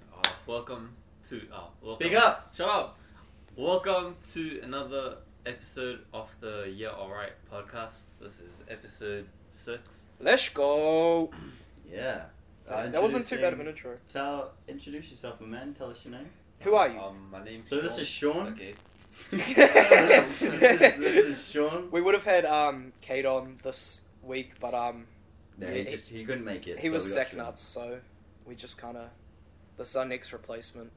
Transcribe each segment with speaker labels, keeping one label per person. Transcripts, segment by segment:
Speaker 1: Uh, Welcome to oh, welcome.
Speaker 2: Speak up.
Speaker 1: Shut up. Welcome to another episode of the Yeah Alright podcast. This is episode six.
Speaker 3: Let's go.
Speaker 2: Yeah.
Speaker 3: That's- that wasn't too bad of an intro.
Speaker 2: Tell, introduce yourself, my man. Tell us your name.
Speaker 3: Who are you?
Speaker 1: Um, my name's
Speaker 2: So this
Speaker 3: Oh,
Speaker 2: is Sean?
Speaker 1: Okay.
Speaker 2: this, is, this is Sean.
Speaker 3: We would have had um Kate on this week, but um
Speaker 2: No,
Speaker 3: Yeah,
Speaker 2: he
Speaker 3: he-
Speaker 2: just he couldn't make it.
Speaker 3: he
Speaker 2: so
Speaker 3: was
Speaker 2: we got
Speaker 3: sack
Speaker 2: Sean.
Speaker 3: nuts, so we just kind of this is our next replacement.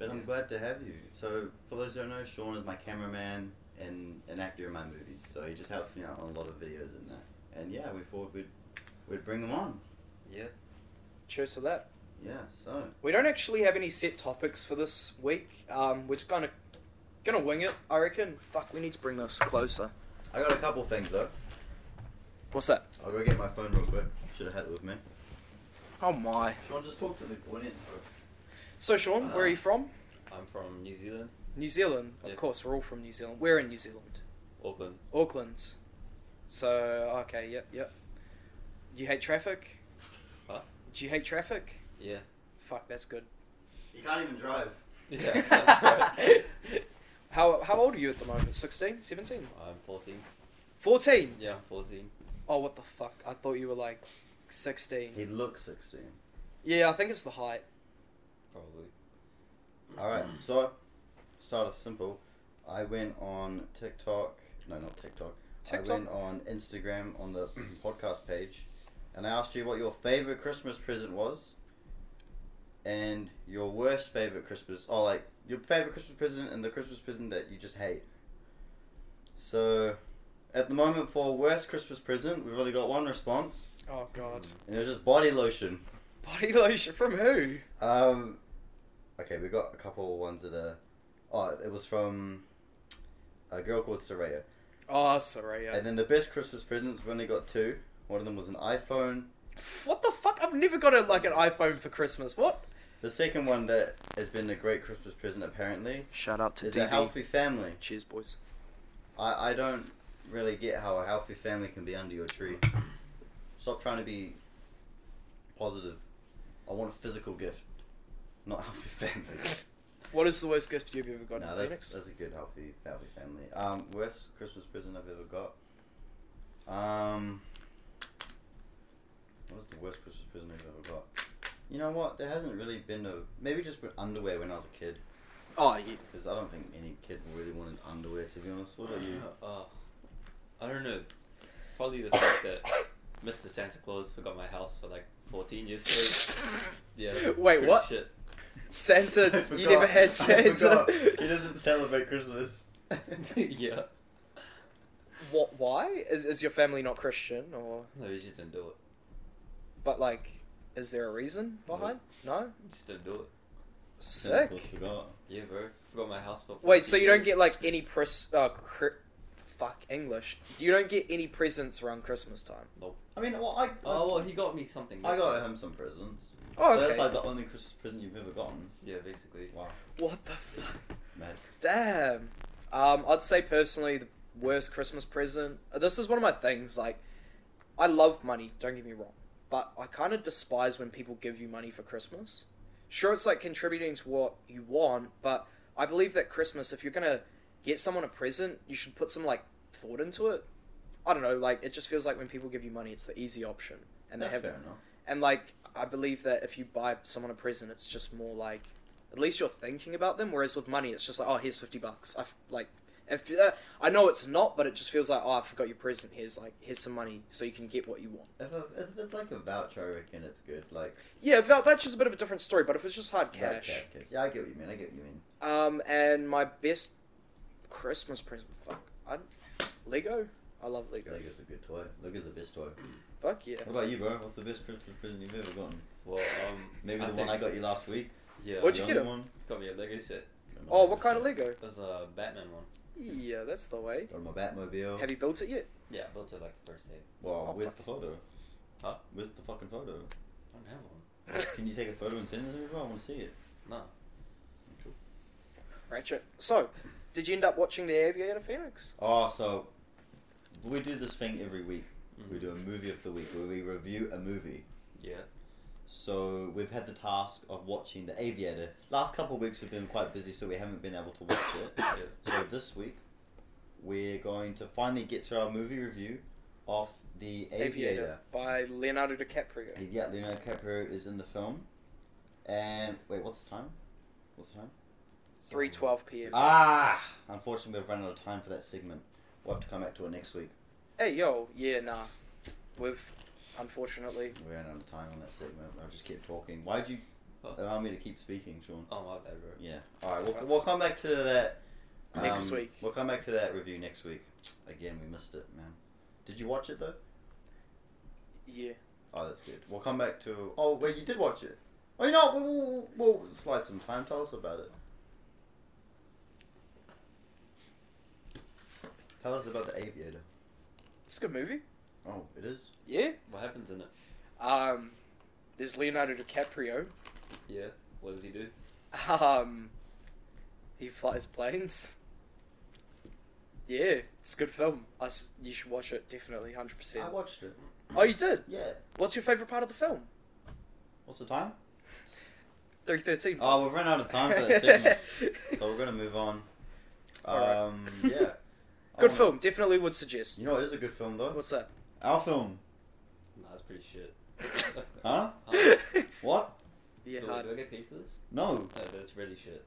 Speaker 2: But I'm glad to have you. So for those who don't know, Sean is my cameraman and an actor in my movies. So he just helped me out on a lot of videos and that. And yeah, we thought we'd we'd bring him on.
Speaker 1: Yeah.
Speaker 3: Cheers for that.
Speaker 2: Yeah. So
Speaker 3: We don't actually have any set topics for this week. Um, we're just kind of gonna wing it, I reckon. Fuck, we need to bring this closer.
Speaker 2: I got a couple things though.
Speaker 3: What's that?
Speaker 2: I'll go get my phone real quick. Should have had it with me.
Speaker 3: Oh my.
Speaker 2: Sean, just talk to the audience.
Speaker 3: So Sean, where are
Speaker 2: Uh.
Speaker 3: you from?
Speaker 1: Uh, I'm from New Zealand,
Speaker 3: New Zealand, of
Speaker 1: Yeah.
Speaker 3: course. We're all from New Zealand. We're in New Zealand.
Speaker 1: Auckland.
Speaker 3: Auckland's. So okay, yep, yep. You hate traffic?
Speaker 1: What?
Speaker 3: Do you hate traffic?
Speaker 1: Yeah.
Speaker 3: Fuck, that's good.
Speaker 2: You can't even drive.
Speaker 1: Yeah. that's right.
Speaker 3: How how old are you at the moment? 16, 17?
Speaker 1: I'm 14.
Speaker 3: 14.
Speaker 1: Yeah, I'm 14.
Speaker 3: Oh, what the fuck? I thought you were like 16.
Speaker 2: He looks sixteen.
Speaker 3: Yeah, I think it's the height.
Speaker 1: Probably.
Speaker 2: All right, so start off simple. I went on TikTok, no, not TikTok. I
Speaker 3: TikTok?
Speaker 2: went on Instagram on the podcast page, and I asked you what your favorite Christmas present was, and your worst favorite Christmas, or like your favorite Christmas present and the Christmas present that you just hate. So, at the moment for worst Christmas present, we've only got one response,
Speaker 3: Oh god.
Speaker 2: and it was just body lotion. Mm.
Speaker 3: Body lotion from who?
Speaker 2: Um, okay, we got a couple ones that are. Oh, it was from a girl called Soraya.
Speaker 3: Oh, sorry.
Speaker 2: And then the best Christmas presents, we only got two. One of them was an iPhone.
Speaker 3: What the fuck? I've never got a, like an iPhone for Christmas. What?
Speaker 2: The second one that has been a great Christmas present, apparently,
Speaker 3: Shout out
Speaker 2: is a healthy family.
Speaker 3: Cheers, boys.
Speaker 2: I, I don't really get how a healthy family can be under your tree. Stop trying to be positive. I want a physical gift, not healthy family.
Speaker 3: What is the worst gift you've ever gotten,
Speaker 2: No, that's,
Speaker 3: Phoenix?
Speaker 2: that's a good healthy family family. Um, worst Christmas present I've ever got. Um, what was the worst Christmas present I've ever got? You know what? There hasn't really been a maybe just with underwear when I was a kid
Speaker 3: Oh, yeah.
Speaker 2: because I don't think any kid really wanted underwear to be honest. What about you?
Speaker 1: Oh, I don't know. Probably the fact that Mr. Santa Claus forgot my house for like 14 years straight. Yeah. that's
Speaker 3: Wait,
Speaker 1: pretty
Speaker 3: what?
Speaker 1: Shit.
Speaker 3: Santa,
Speaker 2: I
Speaker 3: you never
Speaker 2: forgot.
Speaker 3: had
Speaker 2: I
Speaker 3: Santa.
Speaker 2: forgot. he doesn't celebrate Christmas.
Speaker 1: yeah.
Speaker 3: What? Why is, is your family not Christian or?
Speaker 1: No, he just didn't do it.
Speaker 3: But like, is there a reason behind? No.
Speaker 1: He just didn't do it.
Speaker 2: Santa Claus
Speaker 3: Sick.
Speaker 2: forgot.
Speaker 1: Yeah, bro. Forgot my house for.
Speaker 3: Wait, so
Speaker 1: 14
Speaker 3: you don't
Speaker 1: years.
Speaker 3: get like any pres? Uh, cri- fuck English. You don't get any presents around Christmas time.
Speaker 2: I mean, well, I
Speaker 1: Oh well, he got me something.
Speaker 2: I
Speaker 1: this
Speaker 2: got
Speaker 1: time.
Speaker 2: him some presents.
Speaker 3: Oh,
Speaker 2: So
Speaker 3: okay.
Speaker 2: that's like the only Christmas present you've ever gotten.
Speaker 1: Yeah, basically.
Speaker 2: Wow,
Speaker 3: what the fuck?
Speaker 2: mad.
Speaker 3: Damn. Um, I'd say personally the worst Christmas present. uh, This is one of my things. Like, I love money. Don't get me wrong, but I kind of despise when people give you money for Christmas. Sure, it's like contributing to what you want, but I believe that Christmas, if you're gonna get someone a present, you should put some like thought into it. I don't know. Like, it just feels like when people give you money, it's the easy option, and
Speaker 2: that's
Speaker 3: they have
Speaker 2: fair enough.
Speaker 3: and like I believe that if you buy someone a present, it's just more like at least you're thinking about them. Whereas with money, it's just like oh, here's fifty bucks. I f- like if uh, I know it's not, but it just feels like oh, I forgot your present. Here's like here's some money so you can get what you want.
Speaker 2: If, a, if it's like a voucher, I reckon it's good. Like
Speaker 3: Yeah, vou- voucher's a bit of a different story, but if it's just hard
Speaker 2: that
Speaker 3: cash,
Speaker 2: cash. Yeah, I get what you mean. I get what you mean.
Speaker 3: um, and my best Christmas present, fuck, I Lego. I love Lego.
Speaker 2: Lego's a good toy. Lego's the best toy.
Speaker 3: Fuck yeah.
Speaker 2: What about you, bro? What's the best Christmas present you've ever gotten?
Speaker 1: Well, um,
Speaker 2: Maybe the
Speaker 1: I
Speaker 2: one I
Speaker 1: think-
Speaker 2: got you last week.
Speaker 1: Yeah.
Speaker 3: What'd
Speaker 2: The
Speaker 3: you
Speaker 2: only
Speaker 3: get him?
Speaker 2: one.
Speaker 1: Got me a Lego set.
Speaker 3: Oh, what kind of Lego?
Speaker 1: It was a Batman one.
Speaker 3: Yeah, that's the way.
Speaker 2: Got my Batmobile.
Speaker 3: Have you built it yet?
Speaker 1: Yeah, I built it like the first day.
Speaker 2: Wow,
Speaker 3: Oh,
Speaker 2: where's
Speaker 3: fuck.
Speaker 2: the photo?
Speaker 1: Huh?
Speaker 2: Where's the fucking photo?
Speaker 1: I don't have one.
Speaker 2: Can you take a photo and send it to me, bro? I want to see it.
Speaker 1: No.
Speaker 3: Ratchet. So, did you end up watching The Aviator Phoenix?
Speaker 2: Oh, so we do this thing every week.
Speaker 1: Mm.
Speaker 2: We do a movie of the week where we review a movie.
Speaker 1: Yeah.
Speaker 2: So we've had the task of watching The Aviator. Last couple of weeks have been quite busy, so we haven't been able to watch it.
Speaker 1: Yeah.
Speaker 2: So this week, we're going to finally get to our movie review of The Aviator.
Speaker 3: by Leonardo DiCaprio.
Speaker 2: Yeah, Leonardo DiCaprio is in the film. And wait, what's the time? What's the time?
Speaker 3: Three twelve p.m.
Speaker 2: Ah! Unfortunately, we've run out of time for that segment. We'll have to come back to it next week.
Speaker 3: hey yo, yeah nah, we've unfortunately
Speaker 2: We ran out of time on that segment. I just kept talking. Why'd you
Speaker 1: Huh?
Speaker 2: allow me to keep speaking, Sean?
Speaker 1: Oh my bad, bro.
Speaker 2: Um, Yeah. All right. We'll, we'll come back to that um,
Speaker 3: Next week.
Speaker 2: We'll come back to that review next week. Again, we missed it, man. Did you watch it though?
Speaker 3: yeah.
Speaker 2: Oh, that's good. We'll come back to. Oh, wait, you did watch it. Oh, you know, we'll, we'll, we'll slide some time. Tell us about it. Tell us about the aviator.
Speaker 3: It's a good movie.
Speaker 2: Oh, it is.
Speaker 3: Yeah.
Speaker 1: What happens in it?
Speaker 3: Um, there's Leonardo DiCaprio.
Speaker 1: Yeah. What does he do?
Speaker 3: Um, he flies planes. Yeah, it's a good film. I s- you should watch it definitely, hundred percent.
Speaker 2: I watched it.
Speaker 3: Oh, you did.
Speaker 2: Yeah.
Speaker 3: What's your favorite part of the film?
Speaker 2: What's the time?
Speaker 3: Three thirteen.
Speaker 2: Oh, we've run out of time for that segment, so we're gonna move on.
Speaker 3: All right.
Speaker 2: Um, yeah. I
Speaker 3: Good
Speaker 2: wanna-
Speaker 3: film. Definitely would suggest.
Speaker 2: You know, it is a good film though.
Speaker 3: What's that?
Speaker 2: Our film,
Speaker 1: Nah, it's pretty shit.
Speaker 2: huh?
Speaker 1: Huh?
Speaker 2: What?
Speaker 3: yeah,
Speaker 1: do, I-
Speaker 3: hard.
Speaker 1: do I get paid for this?
Speaker 2: No.
Speaker 1: No, that's really shit.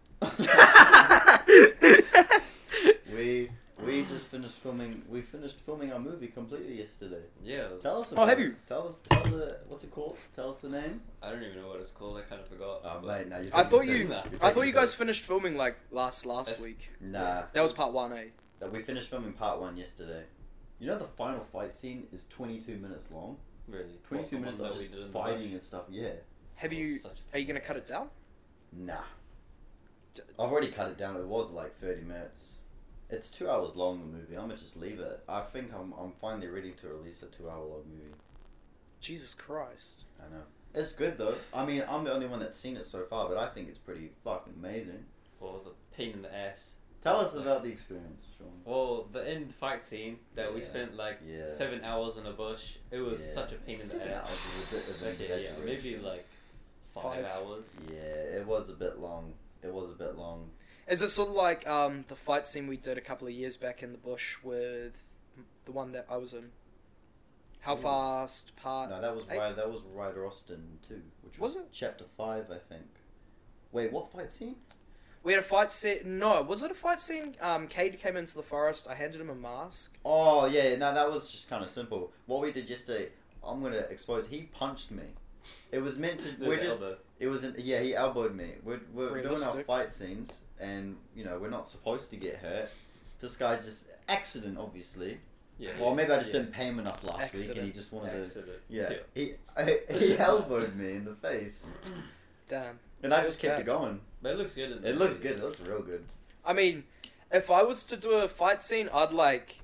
Speaker 2: we we just finished filming. We finished filming our movie completely yesterday.
Speaker 1: Yeah. it was-
Speaker 2: Tell us.
Speaker 3: Oh,
Speaker 2: About
Speaker 3: have
Speaker 2: it.
Speaker 3: you?
Speaker 2: Tell us. Tell the. What's it called? Tell us the name.
Speaker 1: I don't even know what it's called. I kind of forgot.
Speaker 2: Oh,
Speaker 1: but-
Speaker 2: mate, no, you're
Speaker 3: I
Speaker 2: taking
Speaker 3: thought
Speaker 2: the
Speaker 3: you.
Speaker 2: piss.
Speaker 1: Nah.
Speaker 2: You're
Speaker 3: I
Speaker 2: taking
Speaker 3: thought
Speaker 2: the
Speaker 3: you guys
Speaker 2: piss.
Speaker 3: finished filming like last last
Speaker 1: That's-
Speaker 3: week.
Speaker 2: Nah.
Speaker 3: That was part one, eh?
Speaker 2: That we finished filming part one yesterday. You know the final fight scene is 22 minutes long.
Speaker 1: Really.
Speaker 2: 22
Speaker 1: What,
Speaker 2: minutes
Speaker 1: the one
Speaker 2: of
Speaker 1: that we
Speaker 2: just
Speaker 1: did in the
Speaker 2: fighting and
Speaker 1: bush?
Speaker 2: stuff. Yeah.
Speaker 3: Have
Speaker 1: That
Speaker 3: you?
Speaker 1: was such a
Speaker 3: Are you
Speaker 1: pain.
Speaker 3: gonna cut it down?
Speaker 2: Nah. I've already cut it down. It was like 30 minutes. It's two hours long, the movie. I'm going to just leave it. I think I'm, I'm finally ready to release a two hour long movie.
Speaker 3: Jesus Christ!
Speaker 2: I know. It's good, though. I mean, I'm the only one that's seen it so far, but I think it's pretty fucking amazing.
Speaker 1: What was a pain in the ass?
Speaker 2: Tell us about the experience, Sean.
Speaker 1: Well, the end fight scene that we
Speaker 2: Yeah.
Speaker 1: spent like
Speaker 2: Yeah.
Speaker 1: seven hours in a bush. It was
Speaker 2: Yeah.
Speaker 1: such a pain in
Speaker 2: Seven
Speaker 1: the
Speaker 2: hours
Speaker 1: ass.
Speaker 2: is a bit of an
Speaker 1: okay, yeah, maybe
Speaker 2: exaggeration.
Speaker 1: like five,
Speaker 3: Five.
Speaker 1: hours.
Speaker 2: Yeah, it was a bit long. It was a bit long.
Speaker 3: Is it sort of like um, the fight scene we did a couple of years back in the bush with the one that I was in? How
Speaker 2: Ooh.
Speaker 3: fast? Part.
Speaker 2: Mm. no, that was
Speaker 3: eight?
Speaker 2: Ryder, that was Ryder Austin too, which was,
Speaker 3: Was it?
Speaker 2: chapter five, I think. Wait, what fight scene?
Speaker 3: We had a fight scene. No, was it a fight scene? Um, Cade came into the forest. I handed him a mask.
Speaker 2: Oh yeah, no, that was just kind of simple. What we did yesterday, I'm gonna expose. He punched me. It was meant to.
Speaker 1: There's
Speaker 2: We're
Speaker 1: the
Speaker 2: just.
Speaker 1: elbow.
Speaker 2: It wasn't. Yeah, he elbowed me. We're, we're doing our
Speaker 3: Realistic.
Speaker 2: fight scenes, and you know we're not supposed to get hurt. This guy just accident, obviously.
Speaker 1: Yeah.
Speaker 2: Well, maybe I just
Speaker 1: yeah.
Speaker 2: didn't pay him enough last week, and he
Speaker 3: Accident.
Speaker 2: just wanted to.
Speaker 1: Accident.
Speaker 2: Yeah, he I, he elbowed me in the face,
Speaker 3: Damn.
Speaker 2: and I
Speaker 3: Feels
Speaker 2: just kept it
Speaker 3: bad.
Speaker 2: going.
Speaker 1: But it looks good. In the
Speaker 2: It looks
Speaker 1: movie.
Speaker 2: good. It looks real good.
Speaker 3: I mean, if I was to do a fight scene, I'd like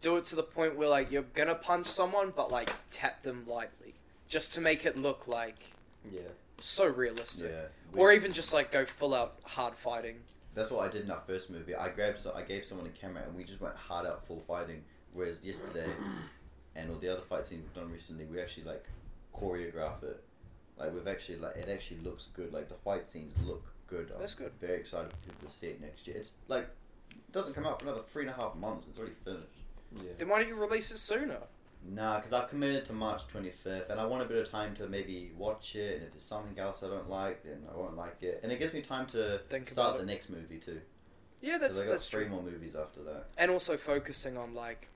Speaker 3: do it to the point where like you're gonna punch someone, but like tap them lightly, just to make it look like
Speaker 1: Yeah.
Speaker 3: so realistic.
Speaker 2: we-
Speaker 3: Or even just like go full out hard fighting.
Speaker 2: That's what I did in our first movie. I grabbed, so I gave someone a camera, and we just went hard out full fighting. Whereas yesterday, and all the other fight scenes we've done recently, we actually like choreograph it. Like we've actually like it actually looks good. Like the fight scenes look good.
Speaker 3: That's good.
Speaker 2: Very excited for people to see it next year. It's like it doesn't come out for another three and a half months. It's already finished.
Speaker 1: Yeah.
Speaker 3: Then why don't you release it sooner?
Speaker 2: Nah, because I've committed to March twenty fifth, and I want a bit of time to maybe watch it. And if there's something else I don't like, then I won't like it. And it gives me time to
Speaker 3: Think
Speaker 2: start
Speaker 3: about
Speaker 2: the
Speaker 3: it.
Speaker 2: next movie too.
Speaker 3: Yeah,
Speaker 2: 'Cause
Speaker 3: that's
Speaker 2: I got
Speaker 3: that's
Speaker 2: three
Speaker 3: true.
Speaker 2: more movies after that.
Speaker 3: And also focusing on like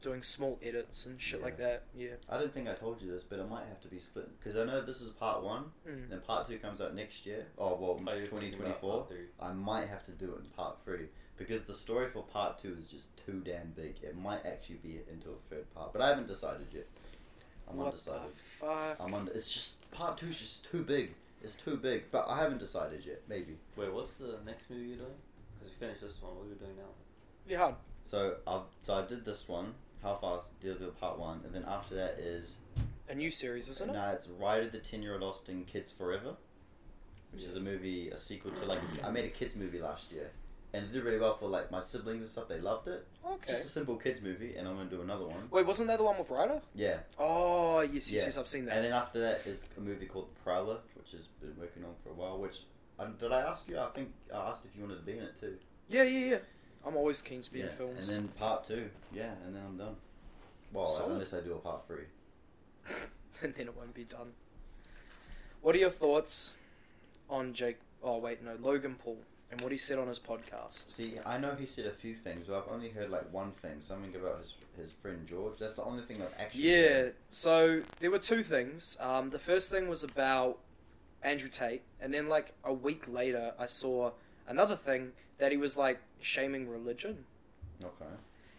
Speaker 3: doing small edits and shit
Speaker 2: Yeah.
Speaker 3: like that. Yeah.
Speaker 2: I didn't think I told you this, but it might have to be split because I know this is part one,
Speaker 3: Mm.
Speaker 2: and then part two comes out next year. Oh well,
Speaker 1: Oh, you're
Speaker 2: twenty
Speaker 1: thinking
Speaker 2: twenty
Speaker 1: about
Speaker 2: four.
Speaker 1: part three.
Speaker 2: I might have to do it in part three because the story for part two is just too damn big. It might actually be into a third part, but I haven't decided yet. I'm
Speaker 3: what
Speaker 2: undecided.
Speaker 3: the fuck?
Speaker 2: I'm under. It's just part two is just too big. It's too big, but I haven't decided yet. Maybe.
Speaker 1: Wait, what's the next movie you're doing? Because we finished this one. What are we doing now?
Speaker 3: Yeah, hard.
Speaker 2: So I've so I did this one. How fast? Deal to part one, and then after that is
Speaker 3: A new series, isn't it?
Speaker 2: No, uh, it's Ride of the Ten Year Old Austin Kids Forever, which is a movie, a sequel to like I made a kids movie last year, and it did really well for like my siblings and stuff. They loved it.
Speaker 3: Okay.
Speaker 2: Just a simple kids movie, and I'm gonna do another one.
Speaker 3: Wait, wasn't that the one with Ryder?
Speaker 2: Yeah.
Speaker 3: Oh yes, yes,
Speaker 2: Yeah.
Speaker 3: yes. I've seen that.
Speaker 2: And then after that is a movie called The Prowler, which has been working on for a while. Which um, did I ask you? I think I asked if you wanted to be in it too.
Speaker 3: yeah, yeah, yeah. I'm always keen to be
Speaker 2: yeah.
Speaker 3: in films.
Speaker 2: And then part two. Yeah, and then I'm done. Well,
Speaker 3: Solid.
Speaker 2: unless I do a part three.
Speaker 3: and then it won't be done. What are your thoughts on Jake? Oh wait, no, Logan Paul and what he said on his podcast.
Speaker 2: See, I know he said a few things, but I've only heard like one thing. Something about his his friend George. That's the only thing I've actually.
Speaker 3: Yeah,
Speaker 2: heard.
Speaker 3: so there were two things. Um, the first thing was about Andrew Tate, and then like a week later, I saw another thing that he was like shaming religion.
Speaker 2: Okay.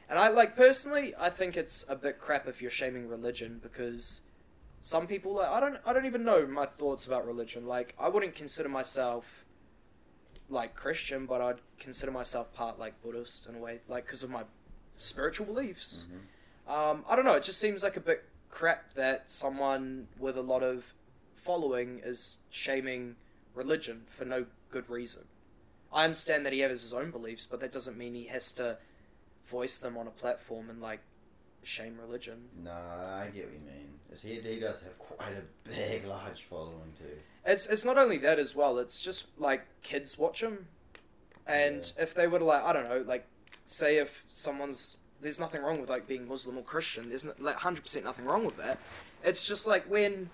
Speaker 3: And I like personally, I think it's a bit crap if you're shaming religion because some people like I don't I don't even know my thoughts about religion. Like I wouldn't consider myself like Christian, but I'd consider myself part like Buddhist in a way, like because of my spiritual beliefs.
Speaker 2: Mhm.
Speaker 3: Um, I don't know. It just seems like a bit crap that someone with a lot of following is shaming religion for no good reason. I understand that he has his own beliefs, but that doesn't mean he has to voice them on a platform and like shame religion.
Speaker 2: Nah, I get what you mean. 'Cause He, he does have quite a big, large following too.
Speaker 3: It's it's not only that as well. It's just like kids watch him, and if they were to like I don't know, like say if someone's there's nothing wrong with like being Muslim or Christian. There's no, like hundred percent nothing wrong with that. It's just like when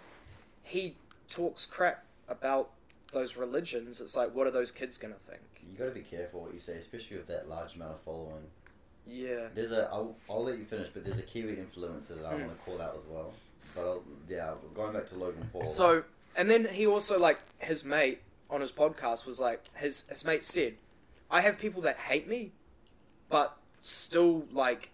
Speaker 3: he talks crap about those religions. It's like what are those kids gonna think?
Speaker 2: You gotta be careful what you say, especially with that large amount of following.
Speaker 3: Yeah.
Speaker 2: There's a. I'll, I'll let you finish, but there's a Kiwi influencer that I
Speaker 3: Mm.
Speaker 2: want to call out as well. But I'll, yeah, going back to Logan Paul.
Speaker 3: So, and then he also like his mate on his podcast was like his his mate said, "I have people that hate me, but still like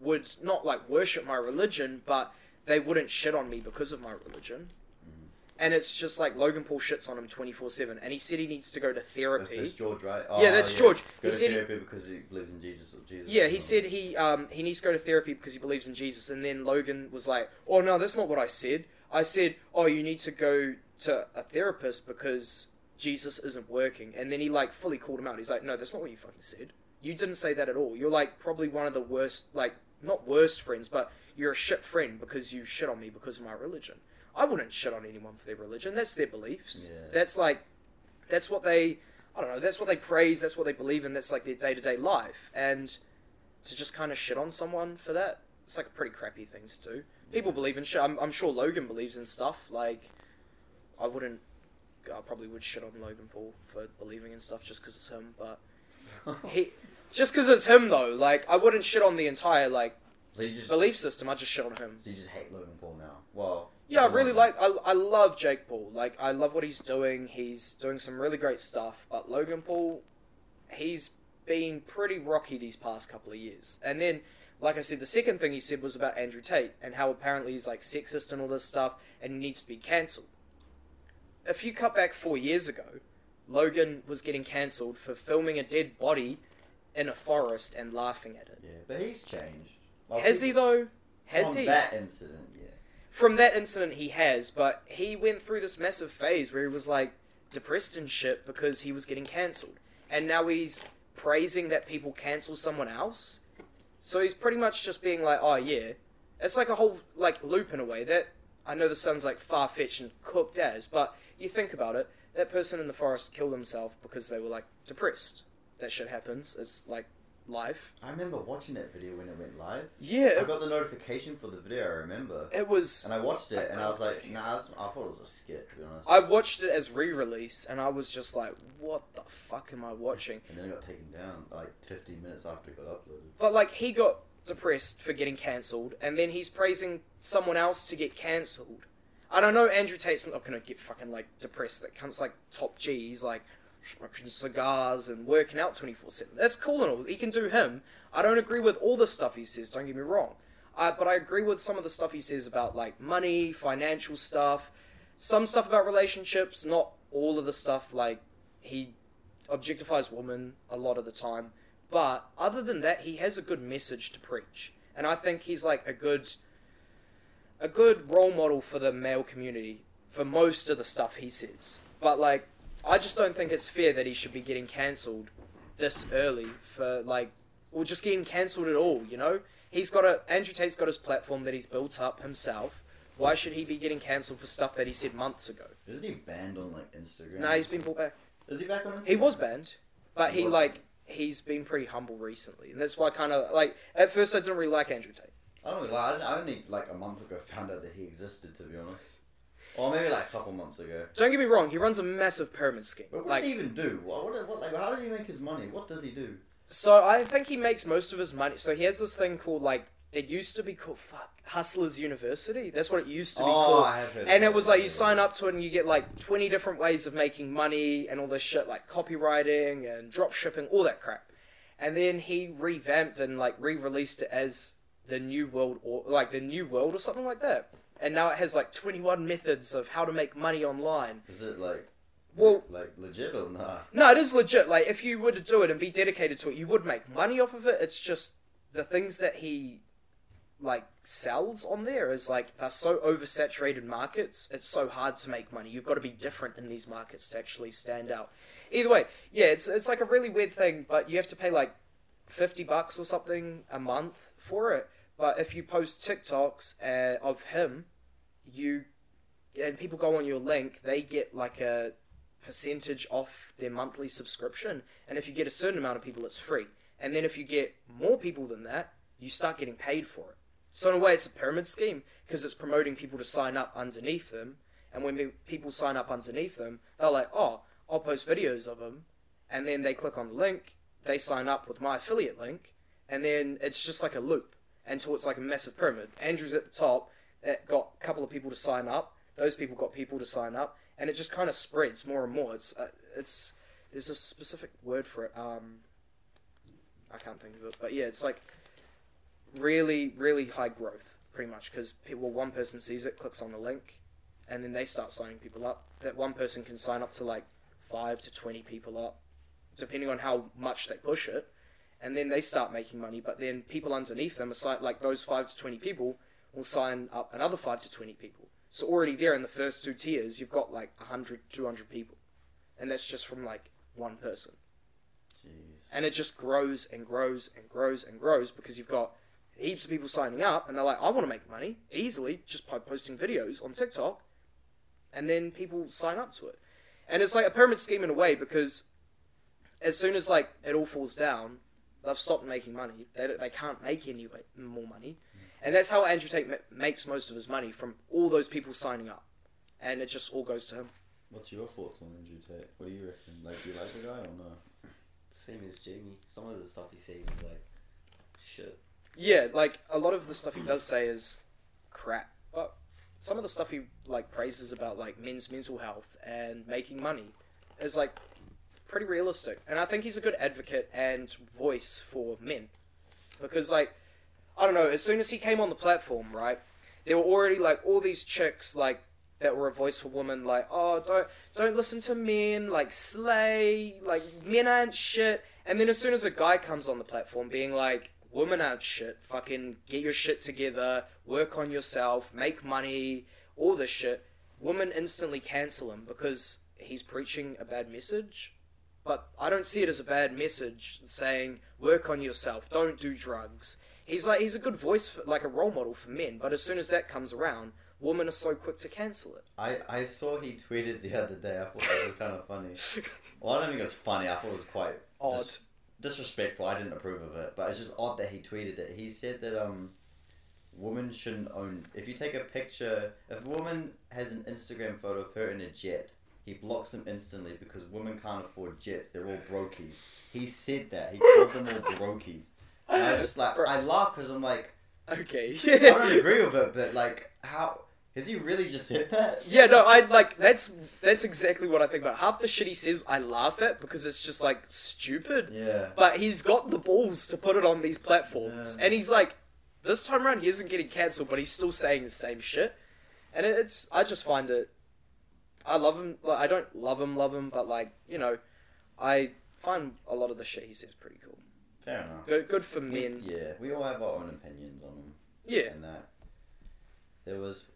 Speaker 3: would not like worship my religion, but they wouldn't shit on me because of my religion."
Speaker 2: Mhm.
Speaker 3: And it's just like Logan Paul shits on him twenty four seven, and he said he needs to go to
Speaker 2: that's,
Speaker 3: therapy.
Speaker 2: that's George, right? Oh,
Speaker 3: Yeah, that's George.
Speaker 2: Go
Speaker 3: He
Speaker 2: to
Speaker 3: said he-
Speaker 2: therapy because he believes in Jesus. Jesus
Speaker 3: Yeah, he said he um, he needs to go to therapy because he believes in Jesus. And then Logan was like, "Oh no, that's not what I said. I said, oh, you need to go to a therapist because Jesus isn't working." And then he like fully called him out. He's like, "No, that's not what you fucking said. You didn't say that at all. You're like probably one of the worst, like not worst friends, but you're a shit friend because you shit on me because of my religion. I wouldn't shit on anyone for their religion. That's their beliefs.
Speaker 2: Yeah.
Speaker 3: That's like, that's what they." I don't know. That's what they praise. That's what they believe in. That's like their day to day life. And to just kind of shit on someone for that it's like a pretty crappy thing to do people believe in shit I'm, I'm sure logan believes in stuff like i wouldn't i probably would shit on logan paul for believing in stuff just because it's him but he just because it's him though like i wouldn't shit on the entire like
Speaker 2: so you just
Speaker 3: belief system i just shit on him
Speaker 2: so you just hate Logan Paul now. Well,
Speaker 3: yeah i
Speaker 2: everyone
Speaker 3: really
Speaker 2: does.
Speaker 3: like I, I love jake paul like i love what he's doing he's doing some really great stuff but logan paul he's been pretty rocky these past couple of years. And then, like I said, the second thing he said was about Andrew Tate and how apparently he's like sexist and all this stuff and he needs to be cancelled. If you cut back four years ago, Logan was getting cancelled for filming a dead body in a forest and laughing at it.
Speaker 2: Yeah, but he's changed.
Speaker 3: Has he though? Has
Speaker 2: on
Speaker 3: he?
Speaker 2: that incident? Yeah.
Speaker 3: From that incident, he has, but he went through this massive phase where he was like depressed and shit because he was getting cancelled. And now he's praising that people cancel someone else. So he's pretty much just being like, oh yeah. It's like a whole like loop in a way that I know this sounds like far fetched and cooked as, but you think about it, that person in the forest killed himself because they were like depressed. That shit happens. It's like life.
Speaker 2: I remember watching that video when it went live.
Speaker 3: Yeah,
Speaker 2: I
Speaker 3: it,
Speaker 2: got the notification for the video. I remember,
Speaker 3: it was.
Speaker 2: and I watched it,
Speaker 3: I
Speaker 2: and I was
Speaker 3: can't
Speaker 2: like,
Speaker 3: video.
Speaker 2: "Nah, that's, I thought it was a skit." To be honest,
Speaker 3: I watched it as re-release, and I was just like, "What the fuck am I watching?"
Speaker 2: and then it got taken down like 15 minutes after it got uploaded.
Speaker 3: But like, he got depressed for getting cancelled, and then he's praising someone else to get cancelled. And I know Andrew Tate's not gonna get fucking like depressed. That cunt's like top G. He's like smoking cigars and working out twenty four seven. That's cool and all. He can do him. I don't agree with all the stuff he says. Don't get me wrong. Uh, but I agree with some of the stuff he says about like money, financial stuff, some stuff about relationships. Not all of the stuff like he objectifies women a lot of the time. But other than that, he has a good message to preach, and I think he's like a good, a good role model for the male community for most of the stuff he says. But like, I just don't think it's fair that he should be getting cancelled this early for like or just getting cancelled at all, you know? He's got a Andrew Tate's got his platform that he's built up himself. Why should he be getting cancelled for stuff that he said months ago?
Speaker 2: Isn't he banned on like Instagram?
Speaker 3: Nah, he's been brought back.
Speaker 2: Is he back on Instagram?
Speaker 3: He was banned, but he like he's been pretty humble recently, and that's why kind of like at first I didn't really like Andrew Tate.
Speaker 2: I don't know. Like, I, didn't- I only like a month ago found out that he existed. To be honest, or maybe like a couple months ago.
Speaker 3: Don't get me wrong, he runs a massive pyramid scheme.
Speaker 2: But what
Speaker 3: Like
Speaker 2: does he even do? What, what, what, like, how does he make his money? What does he do?
Speaker 3: So I think he makes most of his money. So he has this thing called like it used to be called fuck Hustlers University. That's what it used to be
Speaker 2: Oh,
Speaker 3: called.
Speaker 2: I have heard
Speaker 3: and
Speaker 2: of
Speaker 3: it was
Speaker 2: that.
Speaker 3: like you sign up to it and you get like twenty different ways of making money and all this shit like copywriting and drop shipping, all that crap. And then he revamped and like re-released it as the New World or like the New World or something like that. And now it has like twenty-one methods of how to make money online.
Speaker 2: Is it like,
Speaker 3: Well,
Speaker 2: like legit or nah?
Speaker 3: no, it is legit. Like, if you were to do it and be dedicated to it, you would make money off of it. It's just the things that he, like, sells on there is, like, they're so oversaturated markets, it's so hard to make money. You've got to be different in these markets to actually stand out. Either way, yeah, it's, it's like a really weird thing, but you have to pay, like, 50 bucks or something a month for it. But if you post TikToks uh, of him, you and people go on your link, they get like a percentage off their monthly subscription. And if you get a certain amount of people, it's free. And then if you get more people than that, you start getting paid for it. So in a way, it's a pyramid scheme because it's promoting people to sign up underneath them. And when pe- people sign up underneath them, they're like, "Oh, I'll post videos of them," and then they click on the link, they sign up with my affiliate link, and then it's just like a loop until it's like a massive pyramid. Andrew's at the top, it got a couple of people to sign up. Those people got people to sign up, and it just kind of spreads more and more. It's uh, it's there's a specific word for it. Um, I can't think of it, but yeah, it's like really really high growth, pretty much, because well, one person sees it, clicks on the link, and then they start signing people up. That one person can sign up to like five to twenty people up, depending on how much they push it, and then they start making money. But then people underneath them, aside like those five to twenty people, will sign up another five to twenty people. So already there in the first two tiers, you've got like 100, 200 people, and that's just from like one person
Speaker 2: Jeez.
Speaker 3: and it just grows and grows and grows and grows because you've got heaps of people signing up and they're like, I want to make money easily just by posting videos on TikTok, and then people sign up to it, and it's like a pyramid scheme in a way because as soon as like it all falls down, they've stopped making money. They don't- they can't make any wa- more money, and that's how Andrew Tate ma- makes most of his money from all those people signing up, and it just all goes to him.
Speaker 2: What's your thoughts on Andrew Tate? What do you reckon? Like, do you like the guy or no?
Speaker 1: Same as Jamie. Some of the stuff he says is like, shit.
Speaker 3: Yeah, like a lot of the stuff he does say is crap, but some of the stuff he like praises about like men's mental health and making money is like pretty realistic. And I think he's a good advocate and voice for men because like I don't know, as soon as he came on the platform, right, there were already like all these chicks like that were a voice for women, like oh don't don't listen to men, like slay, like men aren't shit. And then as soon as a guy comes on the platform, being like women aren't shit, fucking get your shit together, work on yourself, make money, all this shit, women instantly cancel him because he's preaching a bad message but I don't see it as a bad message saying work on yourself, don't do drugs. He's like he's a good voice, for, like a role model for men. But as soon as that comes around, women are so quick to cancel it.
Speaker 2: I, I saw he tweeted the other day. I thought it was kind of funny. Well, I don't think it's funny. I thought it was quite
Speaker 3: Odd.
Speaker 2: dis- disrespectful. I didn't approve of it, but it's just odd that he tweeted it. He said that um, women shouldn't own. If you take a picture, if a woman has an Instagram photo of her in a jet, he blocks them instantly because women can't afford jets. They're all brokies. He said that. He called them all brokies. And I was just like, I laugh because I'm like,
Speaker 3: okay.
Speaker 2: I don't agree with it, but like, how has he really just said that?
Speaker 3: yeah, no, I like that's that's exactly what I think about. Half the shit he says, I laugh at because it's just like stupid.
Speaker 2: Yeah.
Speaker 3: But he's got the balls to put it on these platforms,
Speaker 2: Yeah.
Speaker 3: and he's like, this time around he isn't getting cancelled, but he's still saying the same shit, and it- it's I just find it. I love him. Like, I don't love him, love him, but like you know, I find a lot of the shit he says pretty cool.
Speaker 2: Fair enough.
Speaker 3: Good, good for men.
Speaker 2: Yeah, we all have our own opinions on them.
Speaker 3: Yeah.
Speaker 2: And that there was,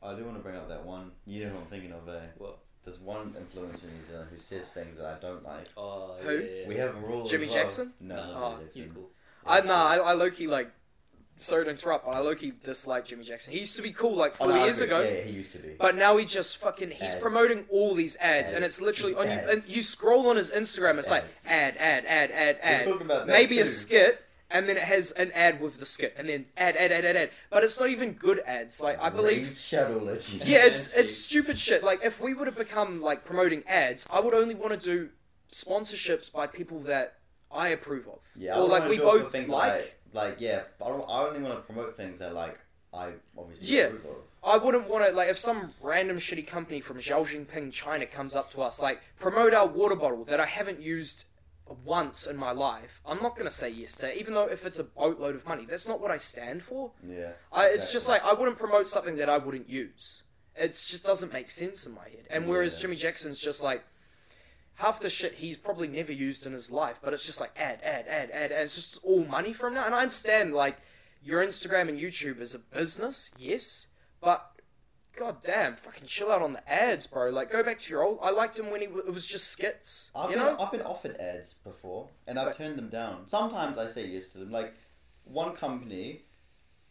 Speaker 2: I do want to bring up that one. You know what I'm thinking of, eh?
Speaker 1: What?
Speaker 2: There's one influencer in New Zealand who says things that I don't like.
Speaker 1: Oh,
Speaker 3: Who?
Speaker 1: yeah, yeah,
Speaker 2: We
Speaker 1: yeah.
Speaker 2: have a rule.
Speaker 3: Jimmy
Speaker 2: as well.
Speaker 3: Jackson?
Speaker 2: No,
Speaker 1: Nah,
Speaker 2: not Jimmy
Speaker 3: Oh.
Speaker 2: Jackson.
Speaker 1: he's cool.
Speaker 3: I no, I, I low key like. Sorry to interrupt, but I low key dislike Jimmy Jackson. He used to be cool like
Speaker 2: Oh,
Speaker 3: four
Speaker 2: no, I
Speaker 3: years
Speaker 2: agree.
Speaker 3: ago. Uh,
Speaker 2: Yeah, he used to be.
Speaker 3: But now he just fucking he's
Speaker 2: Ads.
Speaker 3: promoting all these ads, and
Speaker 2: Ads.
Speaker 3: it's literally on you. And
Speaker 2: Ads.
Speaker 3: you scroll on his Instagram, it's like
Speaker 2: Ads.
Speaker 3: ad, ad, ad, ad,
Speaker 2: We're
Speaker 3: ad.
Speaker 2: talking about that
Speaker 3: Maybe a
Speaker 2: too.
Speaker 3: skit, and then it has an ad with the skit, and then ad, ad, ad, ad, ad. But it's not even good ads. Like I believe,
Speaker 2: Raid Shadow Legends.
Speaker 3: yeah, it's it's stupid shit. Like if we would have become like promoting ads, I would only want to do sponsorships by people that I approve of,
Speaker 2: Yeah, I
Speaker 3: or
Speaker 2: don't
Speaker 3: like
Speaker 2: wanna
Speaker 3: we
Speaker 2: do it for
Speaker 3: both
Speaker 2: things
Speaker 3: like.
Speaker 2: That I, like yeah, I, don't, I only want to promote things that like I obviously
Speaker 3: Yeah.
Speaker 2: approve of.
Speaker 3: I wouldn't want to like if some random shitty company from Xiaojingping, China, comes up to us like promote our water bottle that I haven't used once in my life. I'm not gonna say yes to, it, even though if it's a boatload of money, that's not what I stand for.
Speaker 2: Yeah,
Speaker 3: I, it's just like I wouldn't promote something that I wouldn't use. It just doesn't make sense in my head. And whereas
Speaker 2: Yeah.
Speaker 3: Jimmy Jackson's just like half the shit he's probably never used in his life, but it's just like ad, ad, ad, ad, and it's just all money from now. And I understand like your Instagram and YouTube is a business, yes, but god damn, fucking chill out on the ads, bro. Like go back to your old. I liked him when he w- it was just skits,
Speaker 2: I've
Speaker 3: you
Speaker 2: been,
Speaker 3: know.
Speaker 2: I've been offered ads before, and I've
Speaker 3: But-
Speaker 2: turned them down. Sometimes I say yes to them. Like one company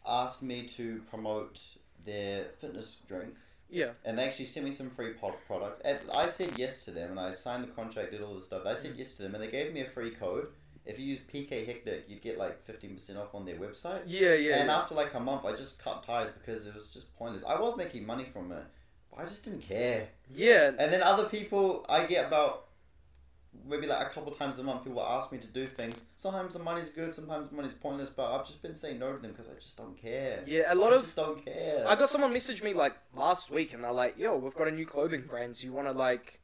Speaker 2: asked me to promote their fitness drink,
Speaker 3: Yeah,
Speaker 2: and they actually sent me some free pod products. And I said yes to them, and I signed the contract, did all this stuff. I said
Speaker 3: Mm.
Speaker 2: yes to them, and they gave me a free code. If you use PK Hectic, you'd get like fifteen percent off on their website.
Speaker 3: yeah, yeah.
Speaker 2: and
Speaker 3: yeah.
Speaker 2: after like a month, I just cut ties because it was just pointless. I was making money from it, but I just didn't care.
Speaker 3: yeah.
Speaker 2: And then other people, I get about maybe like a couple times a month, people ask me to do things. Sometimes the money's good, sometimes the money's pointless, but I've just been saying no to them because I just don't care.
Speaker 3: Yeah, a lot
Speaker 2: I
Speaker 3: of
Speaker 2: just don't care.
Speaker 3: I got someone message me like last week, and they're like, "Yo, we've got a new clothing brand. Do you want to like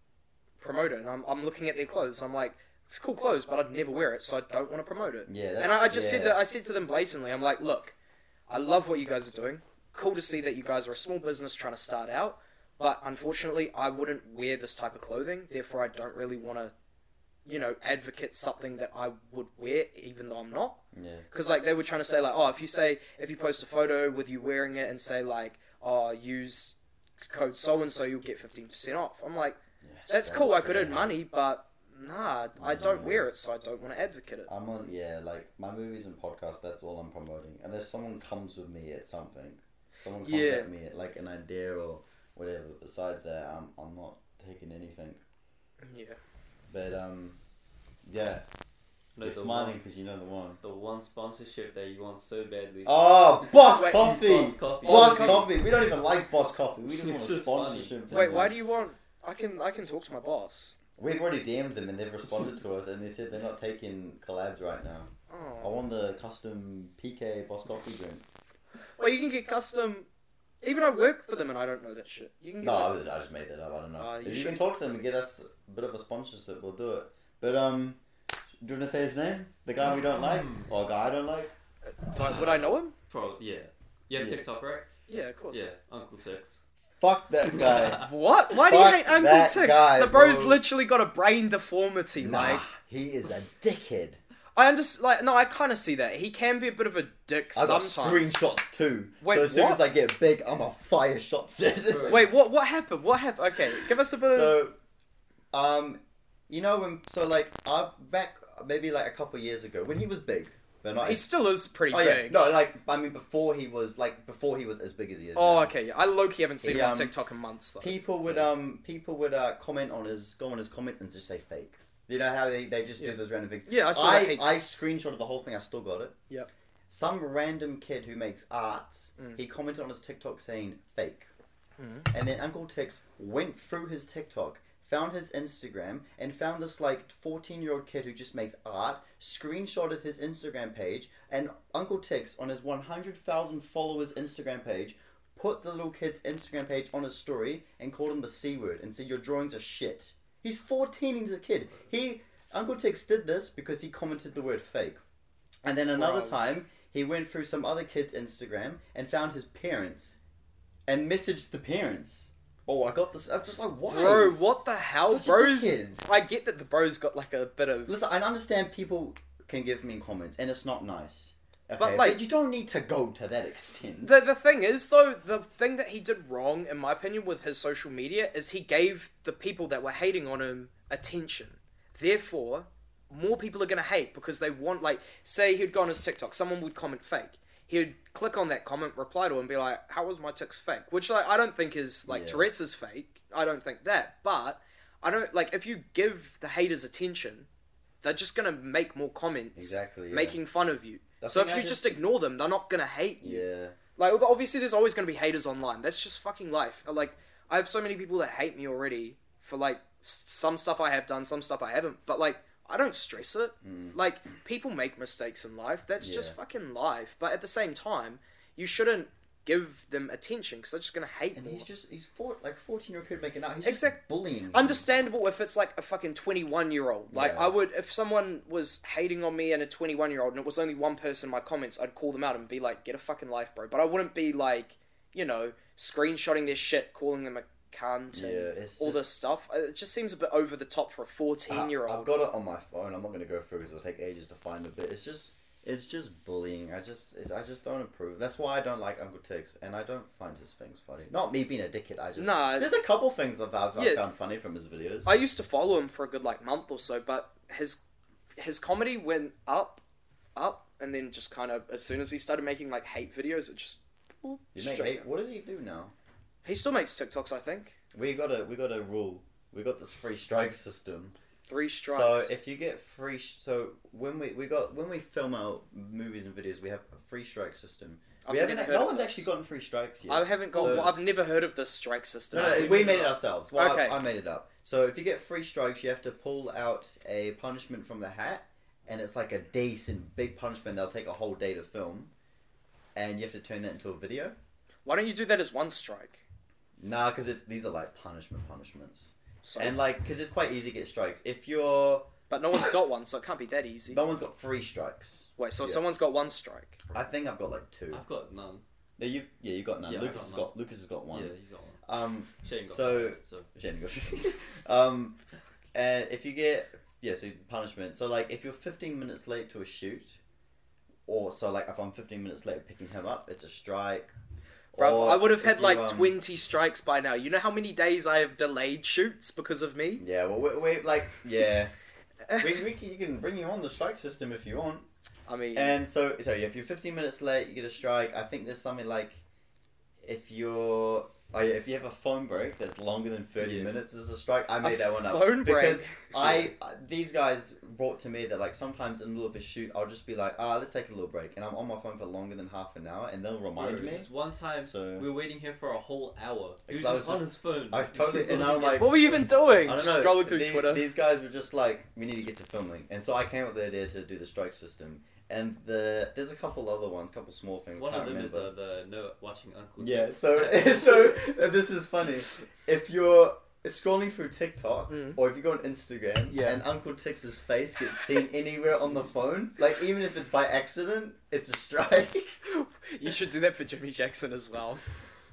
Speaker 3: promote it?" And I'm, I'm looking at their clothes. I'm like, "It's cool clothes, but I'd never wear it, so I don't want to promote it."
Speaker 2: yeah, that's,
Speaker 3: And I, I just
Speaker 2: yeah.
Speaker 3: said that I said to them blatantly, "I'm like, look, I love what you guys are doing. Cool to see that you guys are a small business trying to start out, but unfortunately, I wouldn't wear this type of clothing. Therefore, I don't really want to, you know, advocate something that I would wear, even though I'm not."
Speaker 2: Yeah.
Speaker 3: Because like they were trying to say like, oh, if you say if you post a photo with you wearing it and say like, oh, use code so and so, you'll get fifteen percent off. I'm like,
Speaker 2: Yeah, I just
Speaker 3: that's
Speaker 2: don't
Speaker 3: cool. I could earn
Speaker 2: care.
Speaker 3: money, but nah, I don't wear it, so I don't want to advocate it.
Speaker 2: I'm on, yeah, like my movies and podcasts, that's all I'm promoting. Unless someone comes with me at something, someone comes
Speaker 3: Yeah.
Speaker 2: at me at like an idea or whatever. Besides that, I'm, I'm not taking anything.
Speaker 3: Yeah.
Speaker 2: But, um, yeah,
Speaker 1: No,
Speaker 2: you're
Speaker 1: the
Speaker 2: smiling
Speaker 1: One,
Speaker 2: because you know the one.
Speaker 1: the one sponsorship that you want so badly.
Speaker 2: Oh, Boss
Speaker 3: Wait,
Speaker 2: Coffee!
Speaker 1: Boss Coffee.
Speaker 2: Boss
Speaker 3: Boss
Speaker 2: Coffee. We don't even like Boss Coffee. We just
Speaker 1: It's
Speaker 2: want a
Speaker 1: just
Speaker 2: sponsorship. from
Speaker 3: Wait,
Speaker 2: them.
Speaker 3: why do you want? I can I can talk to my boss.
Speaker 2: We've already DM'd them and they've responded to us and they said they're not taking collabs right now. I
Speaker 3: Oh.
Speaker 2: want the custom PK Boss Coffee drink.
Speaker 3: Well, you can get custom. Even I work for them and I don't know that shit. You can get.
Speaker 2: No, I,
Speaker 3: like-
Speaker 2: was, I just made that up. I don't know.
Speaker 3: Uh, you
Speaker 2: if you can
Speaker 3: should-
Speaker 2: talk to them and get us a bit of a sponsorship, we'll do it. But um, do you want to say his name? The guy we don't like, or guy I don't like?
Speaker 3: Like, would I know him?
Speaker 1: Pro, yeah. You have
Speaker 2: Yeah.
Speaker 1: TikTok, right?
Speaker 3: Yeah, of course.
Speaker 1: Yeah, Uncle Tix.
Speaker 2: Fuck that guy.
Speaker 3: What? Why do you
Speaker 2: Fuck
Speaker 3: hate Uncle
Speaker 2: that
Speaker 3: Tix?
Speaker 2: guy,
Speaker 3: the bro's
Speaker 2: bro.
Speaker 3: literally got a brain deformity.
Speaker 2: nah,
Speaker 3: Like,
Speaker 2: he is a dickhead.
Speaker 3: I understand. Like, no, I kind of see that. He can be a bit of a dick
Speaker 2: I got
Speaker 3: sometimes.
Speaker 2: screenshots too.
Speaker 3: Wait,
Speaker 2: so as soon
Speaker 3: what?
Speaker 2: as I get big, I'm a fire shots in.
Speaker 1: Wait,
Speaker 3: Wait, what? What happened? What happened? Okay, give us a bit. of...
Speaker 2: so, um, you know when? So like, I've back maybe like a couple years ago when he was big, but not.
Speaker 3: He still is pretty
Speaker 2: oh yeah,
Speaker 3: big.
Speaker 2: no, like I mean before he was like before he was as big as he is.
Speaker 3: oh,
Speaker 2: now.
Speaker 3: okay. yeah. I low key haven't seen
Speaker 2: He,
Speaker 3: him on
Speaker 2: um,
Speaker 3: TikTok in months though.
Speaker 2: People would um people would uh, comment on his go on his comments and just say fake. You know how they, they just
Speaker 3: Yeah.
Speaker 2: do those random things.
Speaker 3: Yeah, I saw that
Speaker 2: I,
Speaker 3: heaps.
Speaker 2: I screenshotted the whole thing. I still got it.
Speaker 3: Yep.
Speaker 2: Some random kid who makes arts,
Speaker 3: Mm.
Speaker 2: he commented on his TikTok saying fake,
Speaker 3: Mhm.
Speaker 2: and then Uncle Tix went through his TikTok, found his Instagram, and found this like fourteen year old kid who just makes art. Screenshotted his Instagram page, and Uncle Tix on his one hundred thousand followers Instagram page put the little kid's Instagram page on his story and called him the C word and said, Your drawings are shit. He's 14, he's a kid. He, Uncle Tix did this because he commented the word fake. And then another
Speaker 3: Wow.
Speaker 2: time, he went through some other kid's Instagram and found his parents and messaged the parents. Oh, I got this. I'm just like, why?
Speaker 3: Bro, what the hell,
Speaker 2: Such a
Speaker 3: bros?
Speaker 2: dickhead.
Speaker 3: I get that the bro's got like a bit of.
Speaker 2: Listen, I understand people can give me comments and it's not nice. Okay,
Speaker 3: But,
Speaker 2: but
Speaker 3: like-
Speaker 2: you don't need to go to that extent.
Speaker 3: The the thing is though, the thing that he did wrong, in my opinion, with his social media is he gave the people that were hating on him attention. Therefore, more people are gonna hate because they want like say he'd gone his TikTok, someone would comment fake. He'd click on that comment, reply to him, and be like, How was my tics fake? Which like I don't think is like
Speaker 2: Yeah.
Speaker 3: Tourette's is fake. I don't think that. But I don't like if you give the haters attention, they're just gonna make more comments
Speaker 2: Exactly, yeah.
Speaker 3: making fun of you.
Speaker 2: I
Speaker 3: so if
Speaker 2: think
Speaker 3: you
Speaker 2: I
Speaker 3: just,
Speaker 2: just-
Speaker 3: ignore them, they're not gonna hate you.
Speaker 2: yeah.
Speaker 3: Like, although obviously, there's always going to be haters online. That's just fucking life. Like, I have so many people that hate me already for like s- some stuff I have done, some stuff I haven't. But like, I don't stress it.
Speaker 2: mm.
Speaker 3: Like, people make mistakes in life. That's just
Speaker 2: Yeah.
Speaker 3: fucking life. But at the same time, you shouldn't give them attention because they're just going to hate
Speaker 2: And
Speaker 3: more.
Speaker 2: he's just he's four, like fourteen year old kid making out. He's
Speaker 3: Exact-
Speaker 2: just bullying. him.
Speaker 3: Understandable if it's like a fucking 21 year old. Like,
Speaker 2: Yeah.
Speaker 3: I would, if someone was hating on me and a 21 year old and it was only one person in my comments, I'd call them out and be like, get a fucking life, bro. But I wouldn't be like, you know, screenshotting their shit, calling them a cunt and
Speaker 2: Yeah, it's
Speaker 3: all
Speaker 2: just-
Speaker 3: this stuff. Uh, It just seems a bit over the top for a 14 year
Speaker 2: I- I've
Speaker 3: old.
Speaker 2: got it on my phone. I'm not gonna go through because it'll take ages to find it. But it's just it's just bullying. I just it's, I just don't approve. That's why I don't like Uncle Tiggs, and I don't find his things funny. Not me being a dickhead. I just
Speaker 3: Nah.
Speaker 2: There's a couple things I've, I've
Speaker 3: Yeah.
Speaker 2: found funny from his videos.
Speaker 3: I used to follow him for a good like month or so, but his his comedy went up, up, and then just kind of as soon as he started making like hate videos, it just.
Speaker 2: you make,
Speaker 3: straight
Speaker 2: hey,
Speaker 3: down.
Speaker 2: what does he do now?
Speaker 3: He still makes TikToks, I think.
Speaker 2: We got a we got a rule. We got this free strike system.
Speaker 3: Three strikes.
Speaker 2: So if you get free, sh- so when we we got when we film our movies and videos, we have a free strike system.
Speaker 3: I've
Speaker 2: we haven't.
Speaker 3: never heard
Speaker 2: No
Speaker 3: of
Speaker 2: one's
Speaker 3: this.
Speaker 2: actually gotten free strikes yet.
Speaker 3: I haven't got.
Speaker 2: So-
Speaker 3: well, I've never heard of this strike system.
Speaker 2: No, no, we made it ourselves. Well,
Speaker 3: Okay.
Speaker 2: I, I made it up. So if you get three strikes, you have to pull out a punishment from the hat, and it's like a decent big punishment. They'll take a whole day to film, and you have to turn that into a video.
Speaker 3: Why don't you do that as one strike?
Speaker 2: Nah, because it's these are like punishment punishments,
Speaker 3: So,
Speaker 2: and like because it's quite easy to get strikes. If you're
Speaker 3: but no one's got one, so it can't be that easy.
Speaker 2: no one's got three strikes.
Speaker 3: Wait, so if
Speaker 2: Yeah.
Speaker 3: someone's got one strike.
Speaker 2: I think I've got like two.
Speaker 1: I've got none.
Speaker 2: No, you've yeah, you got none.
Speaker 1: Uh, Yeah, I
Speaker 2: Lucas
Speaker 1: got
Speaker 2: has
Speaker 1: none.
Speaker 2: got Lucas has got one.
Speaker 1: Yeah, he's got one.
Speaker 2: Um,
Speaker 1: Shane got
Speaker 2: So-
Speaker 1: one. So
Speaker 2: Shane got. um, and if you get yeah, so punishment. So like, if you're 15 minutes late to a shoot, or so like, if I'm 15 minutes late picking him up, it's a strike.
Speaker 3: Bro,
Speaker 2: Or
Speaker 3: I would have
Speaker 2: if
Speaker 3: had
Speaker 2: you,
Speaker 3: like
Speaker 2: um,
Speaker 3: 20 strikes by now. You know how many days I have delayed shoots because of me?
Speaker 2: Yeah, well, we, we like yeah. we, we can, you can bring you on the strike system if you want.
Speaker 3: I mean,
Speaker 2: And so, so yeah, if you're 15 minutes late, you get a strike. I think there's something like if you're. Oh yeah, if you have a phone break that's longer than 30
Speaker 1: Yeah.
Speaker 2: minutes is a strike. I made that one up.
Speaker 3: phone break?
Speaker 2: Because I, these guys brought to me that like sometimes in the middle of a shoot, I'll just be like, ah, let's take a little break. And I'm on my phone for longer than half an hour and they'll remind me.
Speaker 1: Whereas one time
Speaker 2: So-
Speaker 1: we were waiting here for a whole hour. He was,
Speaker 2: Because I
Speaker 1: just
Speaker 2: was
Speaker 1: on his phone.
Speaker 2: I totally- and I'm like-
Speaker 3: what were you even doing?
Speaker 2: I don't
Speaker 3: Just
Speaker 2: know.
Speaker 3: scrolling through
Speaker 2: the-
Speaker 3: Twitter.
Speaker 2: These guys were just like, we need to get to filming. And so I came up with the idea to do the strike system. And the there's a couple other ones, couple small things.
Speaker 1: one
Speaker 2: can't
Speaker 1: of them
Speaker 2: remember.
Speaker 1: is uh, the no watching uncle.
Speaker 2: Yeah, so so uh, this is funny. If you're scrolling through TikTok
Speaker 3: Mm.
Speaker 2: or if you go on Instagram
Speaker 3: Yeah.
Speaker 2: and Uncle Tix's face gets seen anywhere on the phone, like even if it's by accident, it's a strike.
Speaker 3: you should do that for Jimmy Jackson as well.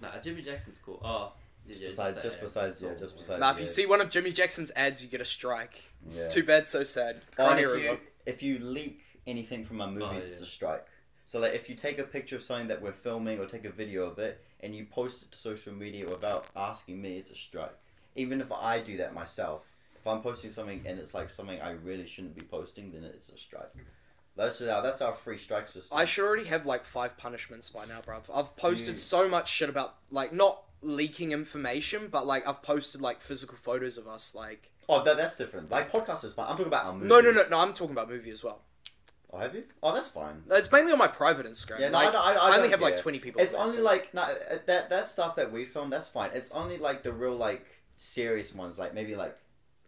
Speaker 1: Nah, Jimmy Jackson's cool. Oh, yeah, yeah,
Speaker 2: Besides-
Speaker 1: that
Speaker 2: just
Speaker 1: ad.
Speaker 2: besides- yeah,
Speaker 1: So-
Speaker 2: just besides-
Speaker 3: Now, if you
Speaker 2: yeah.
Speaker 3: see one of Jimmy Jackson's ads, you get a strike.
Speaker 2: Yeah.
Speaker 3: Too bad, so sad.
Speaker 2: Or
Speaker 3: Can't hear
Speaker 2: if, you,
Speaker 3: him.
Speaker 2: if you leak anything from my movies,
Speaker 3: Oh,
Speaker 1: yeah.
Speaker 2: it's a strike. So like if you take a picture of something that we're filming or take a video of it and you post it to social media without asking me, it's a strike. Even if I do that myself, if I'm posting something and it's like something I really shouldn't be posting, then it's a strike. That's our that's our free strike system.
Speaker 3: I should already have like five punishments by now, bruv. I've posted
Speaker 2: Mm.
Speaker 3: so much shit about like not leaking information, but like I've posted like physical photos of us. Like
Speaker 2: oh, that, that's different. Like podcast is fine. I'm talking about our movie.
Speaker 3: no, no, no, no. I'm talking about movie as well.
Speaker 2: Oh, have you? Oh, that's fine.
Speaker 3: It's mainly on my private Instagram.
Speaker 2: Yeah, no,
Speaker 3: like,
Speaker 2: I, don't- I, I
Speaker 3: only
Speaker 2: don't
Speaker 3: have like
Speaker 2: care.
Speaker 3: twenty people.
Speaker 2: It's
Speaker 3: on there,
Speaker 2: only
Speaker 3: so-
Speaker 2: like no, uh, that that stuff that we film. That's fine. It's only like the real like serious ones. Like maybe like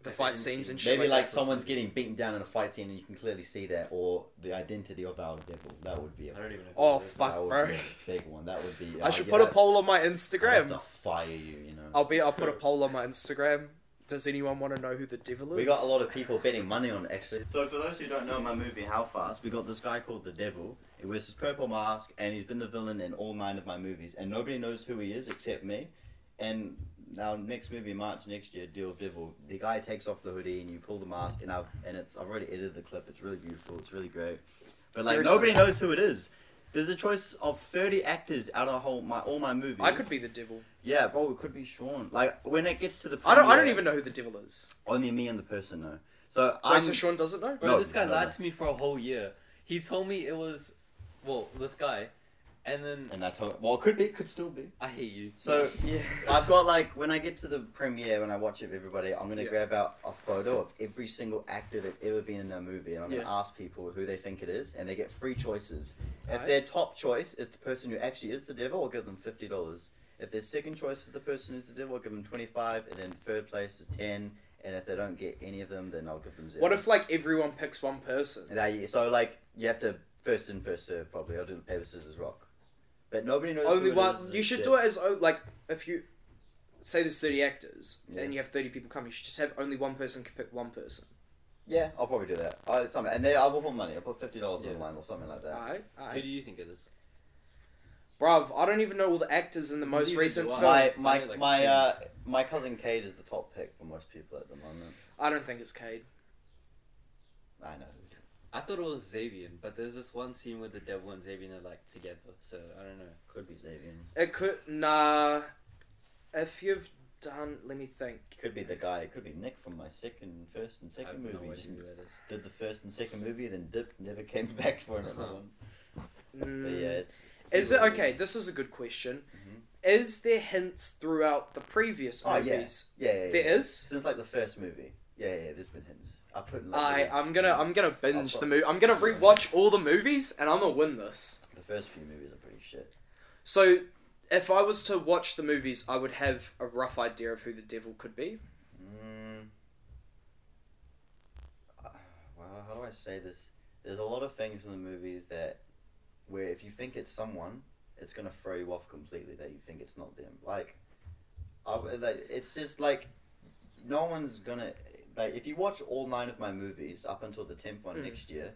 Speaker 3: the
Speaker 1: Like,
Speaker 3: fight
Speaker 1: end
Speaker 3: scenes
Speaker 1: scene.
Speaker 3: and shit.
Speaker 2: maybe
Speaker 3: like,
Speaker 2: like
Speaker 3: that.
Speaker 2: someone's getting beaten down in a fight scene, and you can clearly see that, or the identity of our devil. That would be a
Speaker 1: I don't even know.
Speaker 3: Oh,
Speaker 1: who it is.
Speaker 3: fuck,
Speaker 2: that would
Speaker 3: bro.
Speaker 2: be a big one. That would be.
Speaker 3: I
Speaker 2: uh,
Speaker 3: should
Speaker 2: yeah,
Speaker 3: put a
Speaker 2: that-
Speaker 3: poll on my
Speaker 2: I'd have
Speaker 3: Instagram.
Speaker 2: to fire you. You know.
Speaker 3: I'll be. I'll put a poll on my Instagram. Does anyone want to know who the devil is?
Speaker 2: We got a lot of people betting money on it, actually. So for those who don't know my movie How Fast, we got this guy called the Devil. He wears his purple mask, and he's been the villain in all nine of my movies, and nobody knows who he is except me. And now next movie, March next year, Deal of Devil. The guy takes off the hoodie, and you pull the mask, and I've and it's I've already edited the clip. It's really beautiful. It's really great. But like
Speaker 3: There's-
Speaker 2: nobody knows who it is. There's a choice of thirty actors out of whole my all my movies.
Speaker 3: I could be the devil.
Speaker 2: Yeah, bro, it could be Sean. Like when it gets to the.
Speaker 3: I don't. I don't
Speaker 2: premiere,
Speaker 3: even know who the devil is.
Speaker 2: Only me and the person know. So
Speaker 3: Wait,
Speaker 2: I'm.
Speaker 3: so Sean doesn't know.
Speaker 1: Bro,
Speaker 2: No,
Speaker 1: this guy
Speaker 2: no,
Speaker 1: lied
Speaker 2: no.
Speaker 1: to me for a whole year. He told me it was, well, this guy, and then
Speaker 2: And I told. Well, it could be. Could still be.
Speaker 1: I hate you.
Speaker 2: So
Speaker 3: Yeah.
Speaker 2: I've got like when I get to the premiere when I watch it with everybody, I'm gonna
Speaker 3: Yeah.
Speaker 2: grab out a photo of every single actor that's ever been in a movie, and I'm gonna
Speaker 3: Yeah.
Speaker 2: ask people who they think it is, and they get three choices. If
Speaker 3: Alright.
Speaker 2: their top choice is the person who actually is the devil, I'll give them fifty dollars. If their second choice is the person who's the devil, I'll give them twenty five, and then third place is ten. And if they don't get any of them, then I'll give them zero.
Speaker 3: What if like everyone picks one person?
Speaker 2: That, so like you have to first in first serve probably. I'll do the paper scissors rock, but nobody knows.
Speaker 3: Only one. You should do it as oh, like if you say there's thirty actors
Speaker 2: Yeah.
Speaker 3: and you have thirty people come, you should just have only one person can pick one person.
Speaker 2: Yeah, I'll probably do that. I, something, and then I will put money. I'll put fifty dollars on
Speaker 1: Yeah.
Speaker 2: the line or something like that.
Speaker 3: Alright,
Speaker 1: Who
Speaker 3: alright.
Speaker 1: do you think it is?
Speaker 3: Bruv, I don't even know all the actors in the most
Speaker 1: Neither
Speaker 3: recent
Speaker 1: do I.
Speaker 3: film.
Speaker 2: my
Speaker 1: I'll
Speaker 2: my
Speaker 1: do like
Speaker 2: my
Speaker 1: ten.
Speaker 2: uh, my cousin Cade is the top pick for most people at the moment.
Speaker 3: I don't think it's Cade.
Speaker 2: I know. who it is.
Speaker 1: I thought it was Xavier, but there's this one scene where the devil and Xavier are like together, so I don't know.
Speaker 2: Could be Xavier.
Speaker 3: It could nah. If you've done, let me think.
Speaker 2: Could be the guy. It could be Nick from my second, first and
Speaker 1: I have
Speaker 2: second
Speaker 1: no
Speaker 2: movie. Just
Speaker 1: idea who that is.
Speaker 2: did the first and second movie, then dipped, never came back for another
Speaker 1: Uh-huh.
Speaker 2: one. But
Speaker 3: Mm.
Speaker 2: yeah, it's.
Speaker 3: Is it okay? This is a good question.
Speaker 2: Mhm.
Speaker 3: Is there hints throughout the previous
Speaker 2: Oh, yeah.
Speaker 3: movies?
Speaker 2: Yeah, yeah, yeah.
Speaker 3: There is.
Speaker 2: Since like the first movie. Yeah, yeah. There's been hints. I put in like
Speaker 3: I
Speaker 2: the-
Speaker 3: I'm gonna I'm gonna binge
Speaker 2: I'll
Speaker 3: the
Speaker 2: put-
Speaker 3: movie. I'm gonna rewatch all the movies and I'm gonna win this.
Speaker 2: the first few movies are pretty shit.
Speaker 3: So, if I was to watch the movies, I would have a rough idea of who the devil could be.
Speaker 2: Mm. Uh, Well, how do I say this? There's a lot of things in the movies that, where if you think it's someone, it's gonna throw you off completely that you think it's not them. Like, I, w- like, it's just like, no one's gonna like if you watch all nine of my movies up until the tenth one
Speaker 3: Mm.
Speaker 2: next year.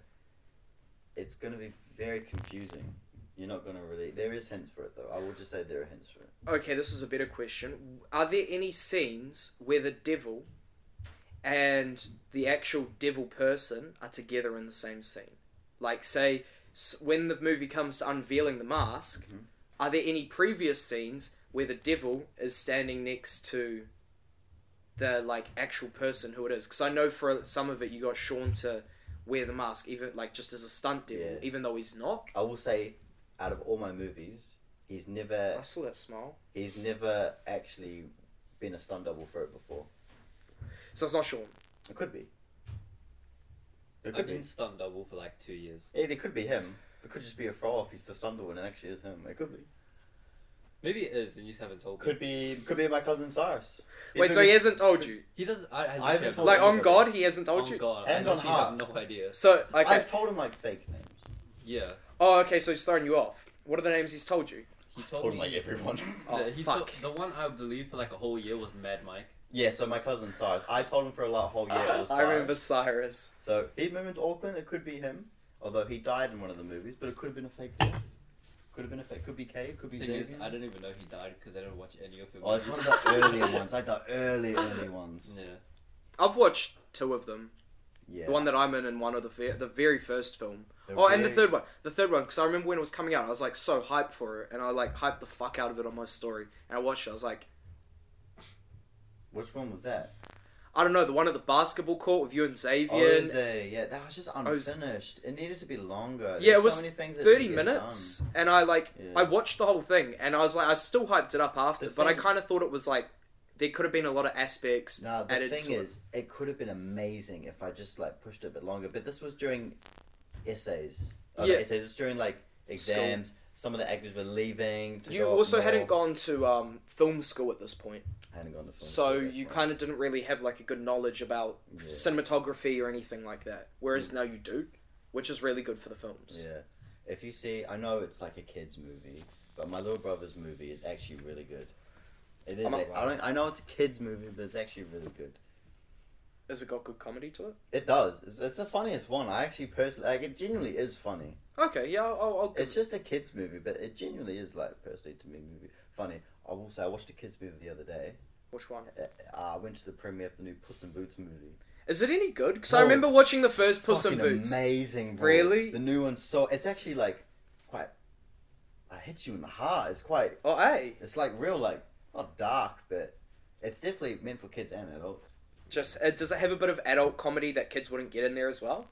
Speaker 2: It's gonna be very confusing. You're not gonna really. There is hints for it though. I will just say there are hints for it.
Speaker 3: Okay, this is a better question. Are there any scenes where the devil and the actual devil person are together in the same scene? Like, say, s- when the movie comes to unveiling the mask,
Speaker 2: Mhm.
Speaker 3: are there any previous scenes where the devil is standing next to the like actual person who it is? Because I know for some of it, you got Sean to wear the mask, even like just as a stunt devil,
Speaker 2: Yeah.
Speaker 3: even though he's not.
Speaker 2: I will say, out of all my movies, he's never
Speaker 3: I saw that smile.
Speaker 2: He's never actually been a stunt double for it before.
Speaker 3: So it's not Sean.
Speaker 2: It could be. It
Speaker 1: I've
Speaker 2: could
Speaker 1: been
Speaker 2: be.
Speaker 1: stunt double for like two years.
Speaker 2: It, it could be him. It could just be a throw off. He's the stunt double, and it actually is him. It could be.
Speaker 1: Maybe it is, and you just haven't told me.
Speaker 2: Could be. Could be my cousin Cyrus. He's
Speaker 3: Wait,
Speaker 2: been
Speaker 3: so he
Speaker 2: with-
Speaker 3: hasn't told you?
Speaker 1: He doesn't. I, I, literally
Speaker 2: haven't
Speaker 1: have
Speaker 2: told
Speaker 1: no
Speaker 3: Like
Speaker 2: him.
Speaker 1: idea.
Speaker 3: on God, he hasn't told
Speaker 1: On
Speaker 3: you.
Speaker 1: God,
Speaker 2: And
Speaker 1: I
Speaker 2: on
Speaker 1: actually have
Speaker 2: heart.
Speaker 1: no idea.
Speaker 3: So okay.
Speaker 2: I've told him like fake names.
Speaker 1: Yeah,
Speaker 3: oh, okay. So he's throwing you off. What are the names he's told you?
Speaker 1: he
Speaker 2: I've
Speaker 1: told, me.
Speaker 2: everyone.
Speaker 3: Oh,
Speaker 1: he
Speaker 3: fuck.
Speaker 1: Told, the one I believe for like a whole year was Mad Mike.
Speaker 2: yeah, so my cousin Cyrus. I told him for a lot whole year. It was
Speaker 3: I remember
Speaker 2: Cyrus.
Speaker 3: Cyrus.
Speaker 2: So he moved into Auckland. It could be him. Although he died in one of the movies, but it could have been a fake. death. Could have been a fake. Could be Cade. Could be
Speaker 1: The thing is,
Speaker 2: Xavier.
Speaker 1: I don't even know he died because I don't watch any of him.
Speaker 2: Oh, it's one of the earlier ones, like the early, early ones.
Speaker 1: Yeah,
Speaker 3: I've watched two of them.
Speaker 2: Yeah.
Speaker 3: The one that I'm in, and one of the ve- the very first film.
Speaker 2: The
Speaker 3: oh, and the
Speaker 2: very-
Speaker 3: third one. The third one, because I remember when it was coming out, I was like so hyped for it, and I like hyped the fuck out of it on my story. And I watched it. I was like,
Speaker 2: Which one was that?
Speaker 3: I don't know, the one at the basketball court with you and Xavier.
Speaker 2: Oze, yeah, that Oh, was uh, just
Speaker 3: Oze.
Speaker 2: unfinished. It needed to be longer.
Speaker 3: Yeah,
Speaker 2: There's
Speaker 3: it was
Speaker 2: so many things that
Speaker 3: Thirty
Speaker 2: didn't get
Speaker 3: minutes,
Speaker 2: done.
Speaker 3: and I like
Speaker 2: Yeah.
Speaker 3: I watched the whole thing, and I was like, I still hyped it up after,
Speaker 2: The
Speaker 3: but I
Speaker 2: thing-
Speaker 3: kind of thought it was like there could have been a lot of aspects
Speaker 2: Nah, the
Speaker 3: added
Speaker 2: thing
Speaker 3: to
Speaker 2: is, it. could have been amazing if I just like pushed it a bit longer. But this was during essays. Oh, not
Speaker 3: Yeah.
Speaker 2: essays. It's during like exams. Some of the actors were leaving.
Speaker 3: it.
Speaker 2: To
Speaker 3: You
Speaker 2: go up
Speaker 3: also
Speaker 2: north.
Speaker 3: hadn't gone to um, film school at this point,
Speaker 2: I hadn't gone to film.
Speaker 3: so
Speaker 2: school at that
Speaker 3: you
Speaker 2: point.
Speaker 3: kind of didn't really have like a good knowledge about
Speaker 2: Yeah.
Speaker 3: cinematography or anything like that. Whereas now you do, which is really good for the films.
Speaker 2: Yeah. If you see, I know it's like a kids movie, but my little brother's movie is actually really good. It is.
Speaker 3: I'm
Speaker 2: A,
Speaker 3: not-
Speaker 2: I don't. I know it's a kids movie, but it's actually really good.
Speaker 3: Has it got good comedy to it?
Speaker 2: It does. It's, it's the funniest one. I actually personally like. It genuinely is funny.
Speaker 3: Okay, yeah, I'll, I'll, I'll give
Speaker 2: It's just a kids movie, but it genuinely is like personally to me movie funny. I will say I watched a kids movie the other day.
Speaker 3: it- which one.
Speaker 2: Uh, I went to the premiere of the new Puss in Boots movie.
Speaker 3: Is it any good? Because I
Speaker 2: Bro,
Speaker 3: remember watching the first Puss in
Speaker 2: Fucking
Speaker 3: Boots.
Speaker 2: Amazing. Bro.
Speaker 3: Really?
Speaker 2: The new one's so. It's actually like quite it hits you in the heart. It's quite.
Speaker 3: Oh, hey,
Speaker 2: It's like real, like not dark, but it's definitely meant for kids and adults.
Speaker 3: just uh, does it have a bit of adult comedy that kids wouldn't get in there as well?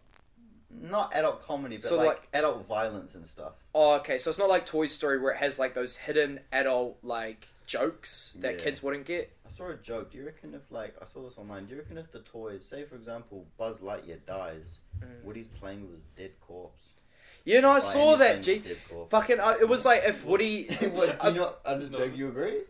Speaker 2: Not adult comedy, but
Speaker 3: So,
Speaker 2: like,
Speaker 3: like-
Speaker 2: adult violence and stuff.
Speaker 3: Oh, okay. So it's not like Toy Story where it has like those hidden adult like jokes that
Speaker 2: Yeah.
Speaker 3: kids wouldn't get.
Speaker 2: I saw a joke. Do you reckon if like I saw this online? Do you reckon if the toys, say for example, Buzz Lightyear dies, Woody's playing with his dead corpse?
Speaker 3: You know, I
Speaker 2: Like,
Speaker 3: saw that.
Speaker 2: anything
Speaker 3: G.
Speaker 2: with dead corpse.
Speaker 3: Fucking, I, it was like if Woody.
Speaker 2: what, do
Speaker 3: I-
Speaker 2: you not understand?
Speaker 1: No.
Speaker 2: You agree?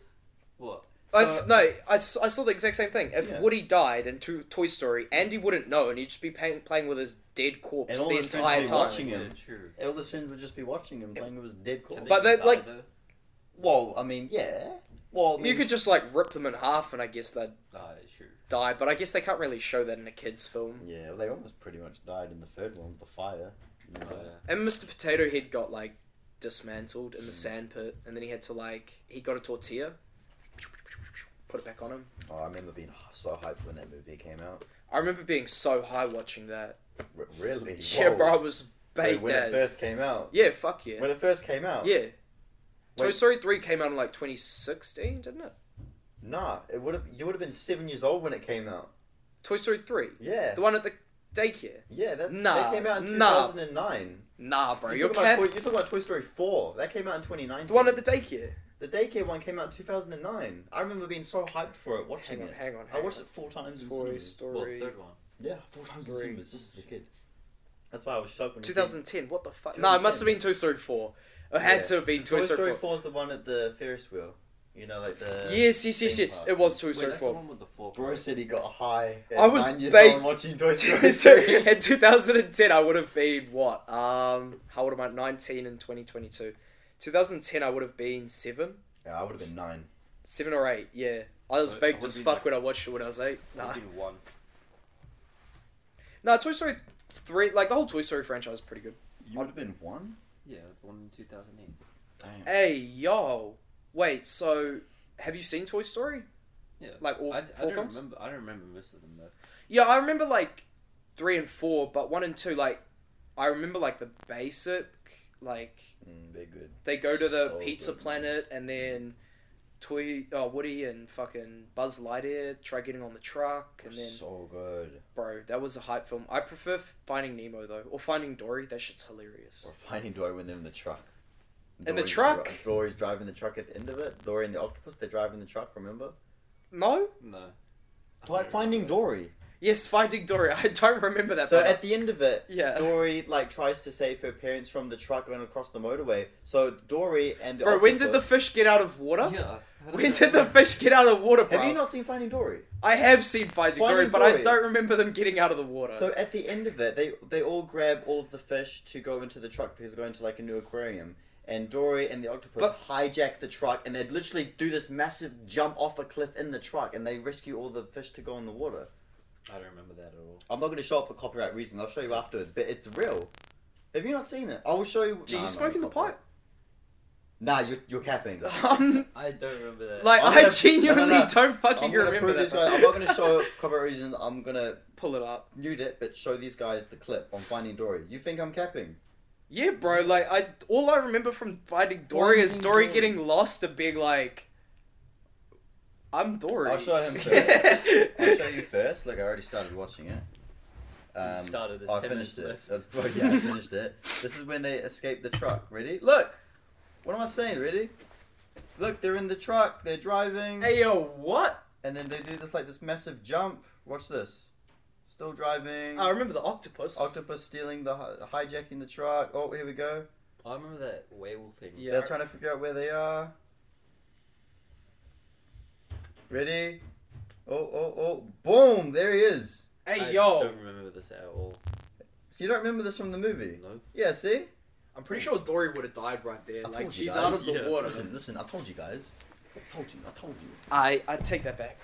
Speaker 1: What?
Speaker 3: I've-
Speaker 2: So-
Speaker 3: no, I, s- I saw the exact same thing. If
Speaker 2: Yeah.
Speaker 3: Woody died in to, Toy Story, Andy wouldn't know, and he'd just be paying, playing with his dead corpse
Speaker 2: And all
Speaker 3: the
Speaker 2: his friends
Speaker 3: entire
Speaker 2: would be
Speaker 3: time.
Speaker 2: watching
Speaker 1: Yeah,
Speaker 2: him.
Speaker 1: True.
Speaker 2: All the friends would just be watching him playing with his dead corpse.
Speaker 1: Can
Speaker 3: But
Speaker 1: they
Speaker 3: that,
Speaker 1: die,
Speaker 3: like-
Speaker 1: though?
Speaker 2: well, I mean, yeah. Well, I
Speaker 3: You
Speaker 2: mean,
Speaker 3: could just like rip them in half, and I guess they'd
Speaker 1: Ah, sure.
Speaker 3: die. But I guess they can't really show that in a kids' film.
Speaker 2: Yeah, well, they almost pretty much died in the third one, the fire. You know,
Speaker 1: Oh, yeah.
Speaker 3: And Mr. Potato Head got like dismantled
Speaker 2: Mm.
Speaker 3: in the sandpit, and then he had to like he got a tortilla, put it back on him.
Speaker 2: Oh, I remember being so hyped when that movie came out.
Speaker 3: I remember being so high watching that.
Speaker 2: R- really?
Speaker 3: Yeah,
Speaker 2: Whoa.
Speaker 3: bro, I was
Speaker 2: Wait,
Speaker 3: baked
Speaker 2: when it
Speaker 3: as.
Speaker 2: first came out.
Speaker 3: Yeah, fuck yeah.
Speaker 2: When it first came out.
Speaker 3: Yeah. Toy
Speaker 2: Wait.
Speaker 3: Story 3 came out in like 2016, didn't it?
Speaker 2: Nah, it would have. You would have been seven years old when it came out.
Speaker 3: Toy Story 3.
Speaker 2: Yeah.
Speaker 3: The one at the daycare.
Speaker 2: Yeah, that's,
Speaker 3: Nah,
Speaker 2: that came out in two
Speaker 3: nah.
Speaker 2: thousand and nine.
Speaker 3: Nah, bro,
Speaker 2: you're
Speaker 3: you're
Speaker 2: talking, about,
Speaker 3: cap.
Speaker 2: Toy- you're talking about Toy Story four. That came out in twenty nineteen.
Speaker 3: The one at the daycare.
Speaker 2: The daycare one came out in 2009. I remember being so hyped for it, watching
Speaker 3: Hang on,
Speaker 2: it.
Speaker 3: hang on,
Speaker 2: I
Speaker 3: hang
Speaker 2: watched
Speaker 3: on.
Speaker 2: it four times in
Speaker 3: Toy
Speaker 2: cinemas.
Speaker 1: Well,
Speaker 3: Story.
Speaker 1: third one.
Speaker 2: Yeah, four times in
Speaker 3: Three.
Speaker 2: cinemas, just as a kid. That's why I was shocked when I seen-
Speaker 3: 2010. What the fuck? No, it must have been Toy Story 4. It had
Speaker 2: Yeah.
Speaker 3: to have been Toy,
Speaker 2: Toy
Speaker 3: Story,
Speaker 2: Story
Speaker 3: 4.
Speaker 2: 4 is the one at the Ferris wheel. You know, like the.
Speaker 3: Yes, yes, yes,
Speaker 2: theme
Speaker 3: yes.
Speaker 2: park.
Speaker 3: It was Toy
Speaker 1: Wait,
Speaker 3: Story
Speaker 1: that's
Speaker 3: 4.
Speaker 1: the one with the four.
Speaker 2: Bro said he got high. At
Speaker 3: I was
Speaker 2: nine years
Speaker 3: baked.
Speaker 2: old watching Toy Story.
Speaker 3: so
Speaker 2: 3.
Speaker 3: in 2010 i would have been what um how old am i 19 in 2022 2010 i would have been seven
Speaker 2: yeah, I would have been nine.
Speaker 3: seven or eight yeah i was
Speaker 1: I- I
Speaker 3: baked
Speaker 1: would
Speaker 3: as
Speaker 1: be
Speaker 3: fuck
Speaker 1: like-
Speaker 3: when i watched it when i was eight
Speaker 1: I
Speaker 3: nah.
Speaker 1: did one.
Speaker 3: no toy story 3 like the whole toy story franchise is pretty good
Speaker 2: You would have been one?
Speaker 1: Yeah, the one in 2008.
Speaker 2: Damn.
Speaker 3: hey yo wait so have you seen toy story
Speaker 1: Yeah.
Speaker 3: like all
Speaker 1: I, I
Speaker 3: four
Speaker 1: don't
Speaker 3: films
Speaker 1: remember. I don't remember most of them though.
Speaker 3: yeah i remember like three and four but one and two like i remember like the basic like
Speaker 2: Mm, they're good.
Speaker 3: they go to the
Speaker 2: So
Speaker 3: pizza
Speaker 2: good.
Speaker 3: planet and then Toy uh, Woody and fucking Buzz Lightyear try getting on the truck and then
Speaker 2: so good.
Speaker 3: bro that was a hype film. I prefer F- Finding Nemo though or Finding Dory. That shit's hilarious.
Speaker 2: Or finding Dory when they're in the truck.
Speaker 3: In the
Speaker 2: Dory's
Speaker 3: truck?
Speaker 2: dri- Dory's driving the truck at the end of it. Dory and the octopus, they're driving the truck, remember?
Speaker 3: No,
Speaker 1: No. I
Speaker 2: Like
Speaker 1: don't
Speaker 2: Finding
Speaker 1: remember.
Speaker 2: Dory.
Speaker 3: yes, Finding Dory. I don't remember that.
Speaker 2: So
Speaker 3: but- uh,
Speaker 2: at the end of it,
Speaker 3: Yeah.
Speaker 2: Dory like tries to save her parents from the truck going across the motorway. So Dory and the
Speaker 3: bro, when did the
Speaker 2: octopus-
Speaker 3: fish get out of water?
Speaker 1: Yeah. how
Speaker 3: When
Speaker 1: that
Speaker 3: did the
Speaker 1: work?
Speaker 3: fish get out of water, bro?
Speaker 2: have you not seen Finding Dory?
Speaker 3: I have seen Finding, Dory,
Speaker 2: Finding
Speaker 3: but I
Speaker 2: Dory.
Speaker 3: don't remember them getting out of the water.
Speaker 2: So at the end of it, they they all grab all of the fish to go into the truck because they're going to like a new aquarium. And Dory and the octopus
Speaker 3: But-
Speaker 2: hijack the truck, and they literally do this massive jump off a cliff in the truck, and they rescue all the fish to go in the water.
Speaker 1: I don't remember that at all.
Speaker 2: I'm not going to show it for copyright reasons. I'll show you afterwards, but it's real. Have you not seen it? I will show you.
Speaker 3: Gee,
Speaker 2: Nah,
Speaker 3: you
Speaker 2: I'm not
Speaker 3: smoking the
Speaker 2: gonna
Speaker 3: pipe?
Speaker 2: copyright. Nah, you're you're capping.
Speaker 3: Um,
Speaker 1: I don't remember that.
Speaker 3: like
Speaker 2: I'm
Speaker 3: I
Speaker 2: gonna-
Speaker 3: genuinely
Speaker 2: no, no, no.
Speaker 3: don't
Speaker 2: I'm
Speaker 3: fucking
Speaker 2: gonna
Speaker 3: remember
Speaker 2: prove
Speaker 3: that.
Speaker 2: this
Speaker 3: bro.
Speaker 2: guy. I'm not gonna show it for copyright reasons. I'm gonna
Speaker 3: Pull it up.
Speaker 2: mute it, but show these guys the clip on Finding Dory. You think I'm capping?
Speaker 3: Yeah, bro. Like I, all I remember from finding Dory is
Speaker 2: Finding
Speaker 3: Dory
Speaker 2: Dory.
Speaker 3: getting lost and being like, "I'm Dory."
Speaker 2: I'll show him first. I'll show you first. Look, I already started watching it. Um,
Speaker 1: started, there's
Speaker 2: I
Speaker 1: 10
Speaker 2: finished it.
Speaker 1: minutes
Speaker 2: That's
Speaker 1: left.
Speaker 2: well, yeah, I finished it. This is when they escape the truck. Ready? Look. What am I saying? Ready? Look, they're in the truck. They're driving,
Speaker 3: Hey yo, what?
Speaker 2: and then they do this like this massive jump. Watch this. Still driving.
Speaker 3: I remember the octopus.
Speaker 2: Octopus stealing the hi- hijacking the truck. Oh, here we go.
Speaker 1: I remember that whale thing.
Speaker 3: Yeah.
Speaker 2: They're trying to figure out where they are. Ready? Oh, oh, oh. Boom! There he is.
Speaker 3: hey
Speaker 1: I
Speaker 3: yo,
Speaker 1: don't remember this at all.
Speaker 2: So you don't remember this from the movie?
Speaker 1: No.
Speaker 2: Yeah, see?
Speaker 3: I'm pretty sure Dory would have died right there.
Speaker 2: I
Speaker 3: like
Speaker 2: told you
Speaker 3: she's
Speaker 2: guys.
Speaker 3: out of the
Speaker 1: Yeah.
Speaker 3: water.
Speaker 2: listen, I told you guys. I told you, I told you.
Speaker 3: I I take that back.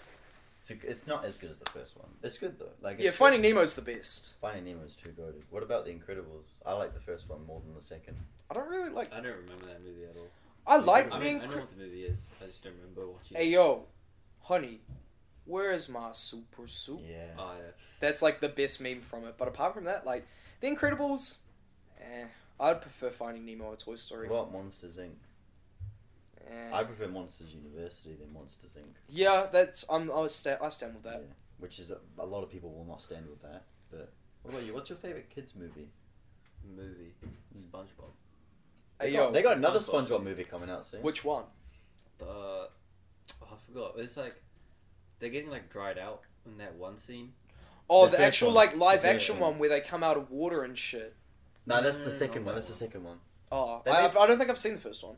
Speaker 2: It's, a- it's not as good as the first one. It's good though. Like it's
Speaker 3: Yeah,
Speaker 2: good.
Speaker 3: Finding Nemo's the best.
Speaker 2: Finding Nemo's too goaded. What about The Incredibles? I like the first one more than the second.
Speaker 3: I don't really like.
Speaker 1: I don't remember that movie at all.
Speaker 3: I like
Speaker 1: I
Speaker 3: the.
Speaker 1: mean, I know
Speaker 3: Incre-
Speaker 1: what the movie is. I just don't remember watching.
Speaker 3: hey
Speaker 1: it.
Speaker 3: yo, honey, where is my super soup?
Speaker 2: Yeah.
Speaker 1: Oh yeah.
Speaker 3: That's like the best meme from it. But apart from that, like The Incredibles, eh, I'd prefer Finding Nemo or Toy Story.
Speaker 2: What about Monsters Inc?
Speaker 3: Eh.
Speaker 2: I prefer Monsters University than Monsters Inc.
Speaker 3: yeah, that's I'm, I was sta- I stand with that.
Speaker 2: Yeah. Which is a, a lot of people will not stand with that. But what about you? What's your favorite kids movie?
Speaker 1: movie. SpongeBob.
Speaker 3: Hey,
Speaker 2: They got,
Speaker 3: yo,
Speaker 2: they got another
Speaker 1: SpongeBob.
Speaker 2: SpongeBob movie coming out soon.
Speaker 3: which one?
Speaker 1: The oh, I forgot. It's like they're getting like dried out in that one scene.
Speaker 3: Oh,
Speaker 2: The
Speaker 3: the,
Speaker 2: first
Speaker 3: actual
Speaker 2: one.
Speaker 3: like
Speaker 2: The
Speaker 3: live
Speaker 2: first
Speaker 3: action
Speaker 2: one.
Speaker 3: one where they come out of water and shit.
Speaker 2: no, that's
Speaker 1: No,
Speaker 2: the
Speaker 1: no, no, not
Speaker 2: second
Speaker 1: that
Speaker 2: one. That's the
Speaker 1: one.
Speaker 2: second one.
Speaker 3: Oh,
Speaker 2: They
Speaker 3: I,
Speaker 2: made-
Speaker 3: I don't think I've seen the first one.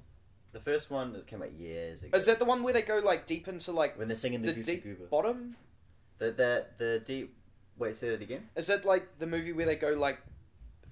Speaker 2: The first one is came out years ago.
Speaker 3: Is that the one where they go like deep into like
Speaker 2: when they're singing the,
Speaker 3: the
Speaker 2: Goofy
Speaker 3: deep
Speaker 2: Goober?
Speaker 3: bottom?
Speaker 2: The, the the deep. Wait, say that again.
Speaker 3: Is it like the movie where they go like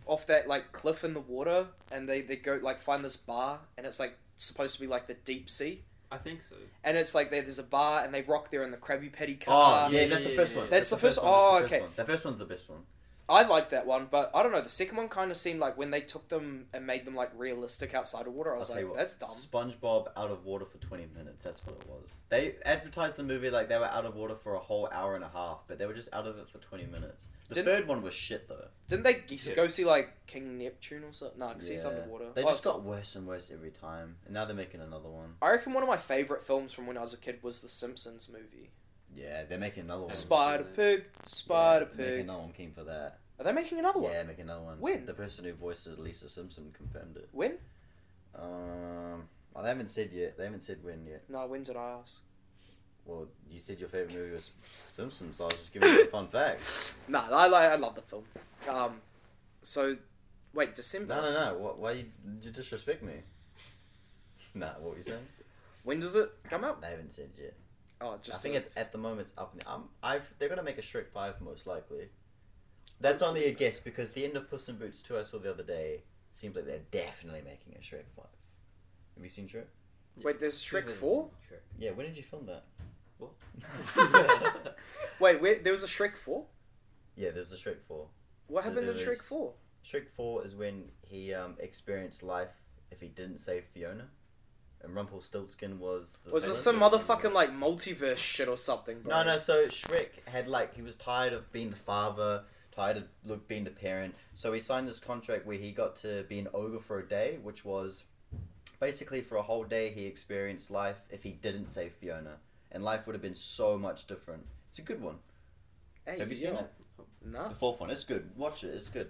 Speaker 3: off that like cliff in the water and they they go like find this bar and it's like supposed to be like the deep sea
Speaker 1: I think so.
Speaker 3: and it's like there, there's a bar and they rock there in the Krabby Patty
Speaker 2: Oh
Speaker 3: car.
Speaker 2: yeah,
Speaker 1: yeah,
Speaker 2: that's the
Speaker 1: yeah,
Speaker 2: first
Speaker 1: yeah,
Speaker 2: one.
Speaker 1: yeah.
Speaker 3: That's the first-
Speaker 2: one,
Speaker 3: oh,
Speaker 2: that's the
Speaker 3: okay.
Speaker 2: One. The first one's the best one.
Speaker 3: I like that one, but I don't know. The second one kind of seemed like when they took them and made them like realistic outside of water. I
Speaker 2: I'll
Speaker 3: was
Speaker 2: tell you
Speaker 3: like,
Speaker 2: what,
Speaker 3: that's dumb.
Speaker 2: SpongeBob out of water for twenty minutes. That's what it was. They advertised the movie like they were out of water for a whole hour and a half, but they were just out of it for twenty minutes. The
Speaker 3: Didn't-
Speaker 2: third one was shit though.
Speaker 3: Didn't they g-
Speaker 1: Yeah.
Speaker 3: go see like King Neptune or something? No, because he's
Speaker 2: Yeah.
Speaker 3: underwater.
Speaker 2: They
Speaker 3: Oh,
Speaker 2: just
Speaker 3: so-
Speaker 2: got worse and worse every time, and now they're making another one.
Speaker 3: I reckon one of my favorite films from when I was a kid was the Simpsons movie.
Speaker 2: Yeah, they're making another one.
Speaker 1: haven't Spy-
Speaker 3: Spider
Speaker 1: seen that.
Speaker 3: Pig, Spider
Speaker 2: yeah, Making
Speaker 3: Pig.
Speaker 2: another one came for that.
Speaker 3: Are they making another one?
Speaker 2: Yeah, make another one.
Speaker 3: When?
Speaker 2: The person who voices Lisa Simpson confirmed it.
Speaker 3: When?
Speaker 2: Um, well, they haven't said yet. They haven't said when yet.
Speaker 3: No, when did I ask?
Speaker 2: Well, you said your favorite movie was Simpsons, so I was just giving you a fun fact.
Speaker 3: Nah, I, li- I love the film. Um, so, wait, December.
Speaker 2: No, no, no. What, why you, you disrespect me? Nah, what were you saying?
Speaker 3: When does it come out?
Speaker 2: They haven't said yet.
Speaker 3: Oh, just
Speaker 2: I think
Speaker 3: a-
Speaker 2: it's at the moment it's up. In the, um, I've they're gonna make a Shrek five most likely. That's only a guess because the end of Puss in Boots two I saw the other day seems like they're definitely making a Shrek five. Have you seen Shrek?
Speaker 3: Wait, there's Shrek
Speaker 1: Who hasn't
Speaker 3: 4?
Speaker 1: seen Shrek?
Speaker 2: Yeah. When did you film that?
Speaker 1: What?
Speaker 3: Wait, wait, there was a Shrek 4?
Speaker 2: yeah, there's a Shrek four.
Speaker 3: What
Speaker 2: So
Speaker 3: happened
Speaker 2: there
Speaker 3: in Shrek
Speaker 2: was-
Speaker 3: 4?
Speaker 2: Shrek four is when he um, experienced life if he didn't save Fiona, and Rumpelstiltskin was. The
Speaker 3: Was
Speaker 2: villain.
Speaker 3: this some motherfucking, like, multiverse shit or something, bro?
Speaker 2: No, no. So Shrek had like he was tired of being the father, tired of look being the parent. So he signed this contract where he got to be an ogre for a day, which was basically for a whole day he experienced life if he didn't save Fiona, and life would have been so much different. It's a good one.
Speaker 3: Hey,
Speaker 2: Have you seen
Speaker 3: yo.
Speaker 2: it?
Speaker 3: Nah.
Speaker 2: The fourth one. It's good. Watch it. It's good.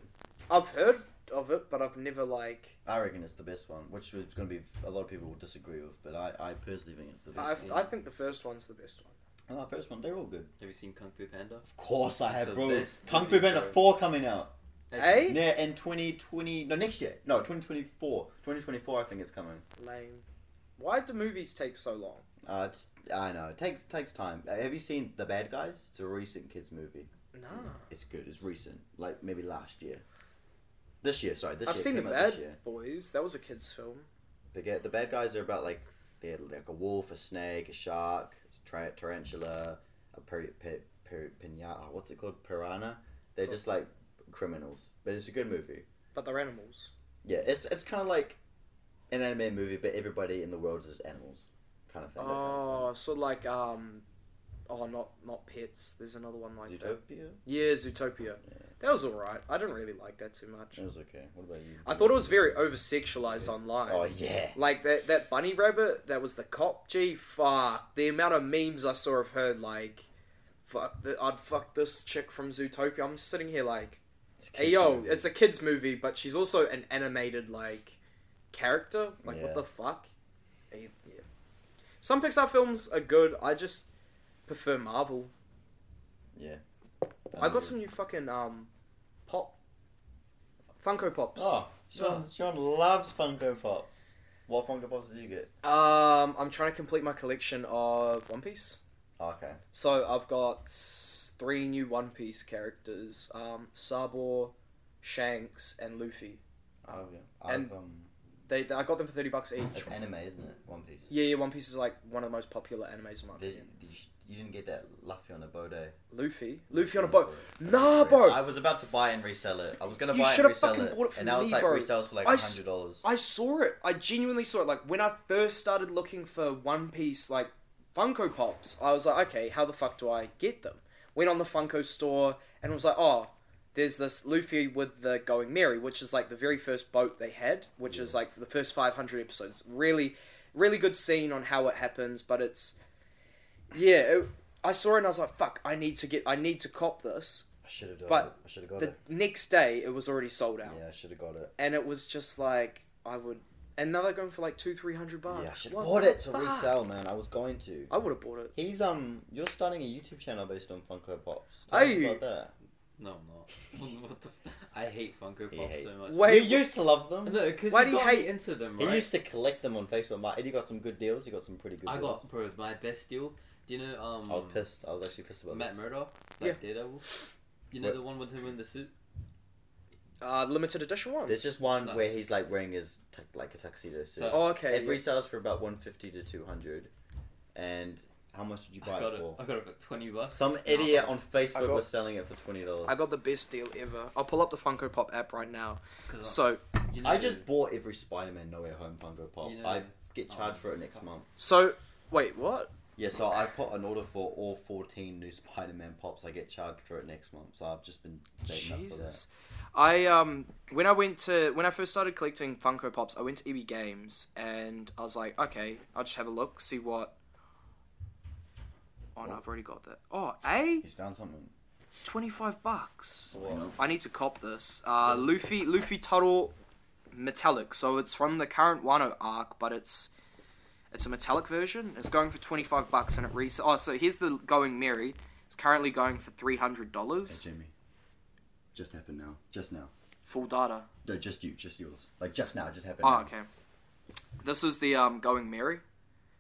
Speaker 3: I've heard of it, but I've never, like.
Speaker 2: I reckon it's the best one, which is going to be a lot of people will disagree with, but I, I personally think it's the
Speaker 3: I,
Speaker 2: best.
Speaker 1: I've-
Speaker 3: I think the first one's the best one.
Speaker 2: And our first one, they're all good.
Speaker 1: Have you seen Kung Fu Panda?
Speaker 2: Of course, I
Speaker 1: It's
Speaker 2: have,
Speaker 1: the
Speaker 2: bro.
Speaker 1: best
Speaker 2: Kung Fu
Speaker 1: movie,
Speaker 2: Panda
Speaker 1: bro.
Speaker 2: four coming out.
Speaker 3: Eh?
Speaker 2: Yeah, in 2020, no, next year. No, 2024. 2024, I think it's coming.
Speaker 3: Lame. Why do movies take so long?
Speaker 2: Uh, it's, I know, it takes takes time. Uh, have you seen The Bad Guys? It's a recent kids movie.
Speaker 3: Nah.
Speaker 2: It's good, it's recent. Like, maybe last year. This year, sorry, this
Speaker 3: I've
Speaker 2: year.
Speaker 3: seen The
Speaker 2: came out this
Speaker 3: Bad
Speaker 2: year.
Speaker 3: Boys. That was a kid's film.
Speaker 2: They get, the Bad Guys are about, like, they had, like, a wolf, a snake, a shark, a tra- tarantula, a per- per- per- piñata, oh, what's it called? Piranha. They're just, like, criminals. But it's a good movie.
Speaker 3: But they're animals.
Speaker 2: Yeah, it's it's kind of like an anime movie, but everybody in the world is just animals, kind of thing. that
Speaker 3: Oh, so like um, oh not not pets. There's another one like
Speaker 2: kind of
Speaker 3: that.
Speaker 2: thing. Zootopia.
Speaker 3: Yeah, Zootopia.
Speaker 2: Yeah.
Speaker 3: That was alright. I didn't really like that too much.
Speaker 2: It was okay. What about you?
Speaker 3: I thought it was very over sexualized online.
Speaker 2: Oh yeah.
Speaker 3: Like that that bunny rabbit that was the cop. Gee, fuck the amount of memes I saw of her. Like, fuck, th- I'd fuck this chick from Zootopia. I'm just sitting here like.
Speaker 2: It's a
Speaker 3: Hey
Speaker 2: kids
Speaker 3: yo,
Speaker 2: movie.
Speaker 3: it's a kids movie, but she's also an animated like character. Like
Speaker 2: Yeah.
Speaker 3: what the fuck? Eh, yeah. Some Pixar films are good. I just prefer Marvel.
Speaker 2: yeah.
Speaker 3: I got some new fucking um pop Funko Pops.
Speaker 2: Oh, Sean, Sean loves Funko Pops. What Funko Pops did you get?
Speaker 3: Um, I'm trying to complete my collection of One Piece.
Speaker 2: Oh, okay.
Speaker 3: So I've got s- three new One Piece characters: um, Sabo, Shanks, and Luffy.
Speaker 2: Oh yeah.
Speaker 3: And-
Speaker 2: I've, um,
Speaker 3: They, they I got them for thirty bucks each.
Speaker 2: it's anime, isn't it? One Piece.
Speaker 3: Yeah, yeah, One Piece is like one of the most popular animes in my
Speaker 2: There's,
Speaker 3: opinion.
Speaker 2: you, you didn't get that Luffy on a boat, eh?
Speaker 3: Luffy? Luffy on a boat. Nah,
Speaker 2: Yeah,
Speaker 3: bro.
Speaker 2: I was about to buy and resell it. I was gonna
Speaker 3: You
Speaker 2: buy it and
Speaker 3: should've
Speaker 2: resell
Speaker 3: fucking
Speaker 2: it,
Speaker 3: bought it for
Speaker 2: and now it's
Speaker 3: me,
Speaker 2: like
Speaker 3: bro.
Speaker 2: resells for like
Speaker 3: I s-
Speaker 2: hundred dollars.
Speaker 3: I saw it. I genuinely saw it. Like, when I first started looking for One Piece, like, Funko Pops, I was like, okay, how the fuck do I get them? Went on the Funko store and was like, oh, there's this Luffy with the Going Merry, which is like the very first boat they had, which is like the first 500 episodes. Really, really good scene on how it happens, but it's yeah. It, I saw it and I was like, "Fuck! I need to get. I need to cop this."
Speaker 2: I should have done
Speaker 3: But
Speaker 2: it. I should have got
Speaker 3: The
Speaker 2: it.
Speaker 3: next day, it was already sold out,
Speaker 2: Yeah, I should have got it.
Speaker 3: and it was just like I would. And now they're going for like two, three hundred bucks.
Speaker 2: Yeah, I should have
Speaker 3: What
Speaker 2: bought
Speaker 3: the
Speaker 2: it to
Speaker 3: fuck?
Speaker 2: resell, man. I was going to.
Speaker 3: I would have bought it.
Speaker 2: He's um, you're starting a YouTube channel based on Funko Pops.
Speaker 3: Are
Speaker 2: Tell us
Speaker 3: you?
Speaker 2: about that.
Speaker 1: No, I'm not. what the f- I hate Funko
Speaker 2: He
Speaker 1: Pops
Speaker 2: hates
Speaker 1: so much.
Speaker 3: Wait,
Speaker 2: you used to love them.
Speaker 1: No, because
Speaker 3: Why
Speaker 1: you
Speaker 3: do you
Speaker 1: got me
Speaker 3: hate-
Speaker 1: into them,
Speaker 2: He
Speaker 1: right?
Speaker 2: used to collect them on Facebook. My Eddie got some good deals. He got some pretty good.
Speaker 1: I
Speaker 2: deals.
Speaker 1: got bro my best deal. Do you know um?
Speaker 2: I was pissed. I was actually pissed about
Speaker 1: Matt
Speaker 2: this.
Speaker 1: Murdock, like Daredevil. You know
Speaker 2: What-
Speaker 1: the one with him in the suit.
Speaker 3: Uh, limited edition one.
Speaker 2: There's just one
Speaker 1: No.
Speaker 2: where he's like wearing his tu- like a tuxedo suit.
Speaker 1: So-
Speaker 3: oh, okay.
Speaker 2: it resells for about one fifty to two hundred. And how much did you buy
Speaker 1: I got
Speaker 2: it
Speaker 1: it.
Speaker 2: for?
Speaker 1: I got it for twenty bucks.
Speaker 2: Some
Speaker 1: No,
Speaker 2: idiot on
Speaker 3: I
Speaker 2: Facebook
Speaker 3: got-
Speaker 2: was selling it for twenty dollars.
Speaker 3: I got the best deal ever. I'll pull up the Funko Pop app right now.
Speaker 1: 'cause I-
Speaker 3: So,
Speaker 1: you
Speaker 2: I
Speaker 1: know-
Speaker 2: just bought every Spider-Man No Way Home Funko Pop.
Speaker 1: You know-
Speaker 2: I get charged
Speaker 1: Oh,
Speaker 2: for it next
Speaker 1: fuck.
Speaker 2: month.
Speaker 3: so wait, what?
Speaker 2: Yeah, so I put an order for all 14 new Spider-Man pops. I get charged for it next month, so I've just been saving up for that.
Speaker 3: Jesus. I um when I went to when I first started collecting Funko Pops, I went to EB Games and I was like, okay, I'll just have a look, see what. Oh no, I've already got that. Oh, a
Speaker 2: He's found something.
Speaker 3: twenty five bucks.
Speaker 2: Wow.
Speaker 3: I need to cop this. Uh, Luffy Luffy Tuttle metallic. So it's from the current Wano arc, but it's it's a metallic version. It's going for twenty five bucks, and it re. Oh, so here's the going Mary. It's currently going for three hundred
Speaker 2: Hey,
Speaker 3: dollars.
Speaker 2: Jimmy. Just happened now. Just now.
Speaker 3: Full data.
Speaker 2: No, just you. Just yours. Like just now. it Just happened.
Speaker 3: Oh,
Speaker 2: now.
Speaker 3: okay. This is the um, going Mary.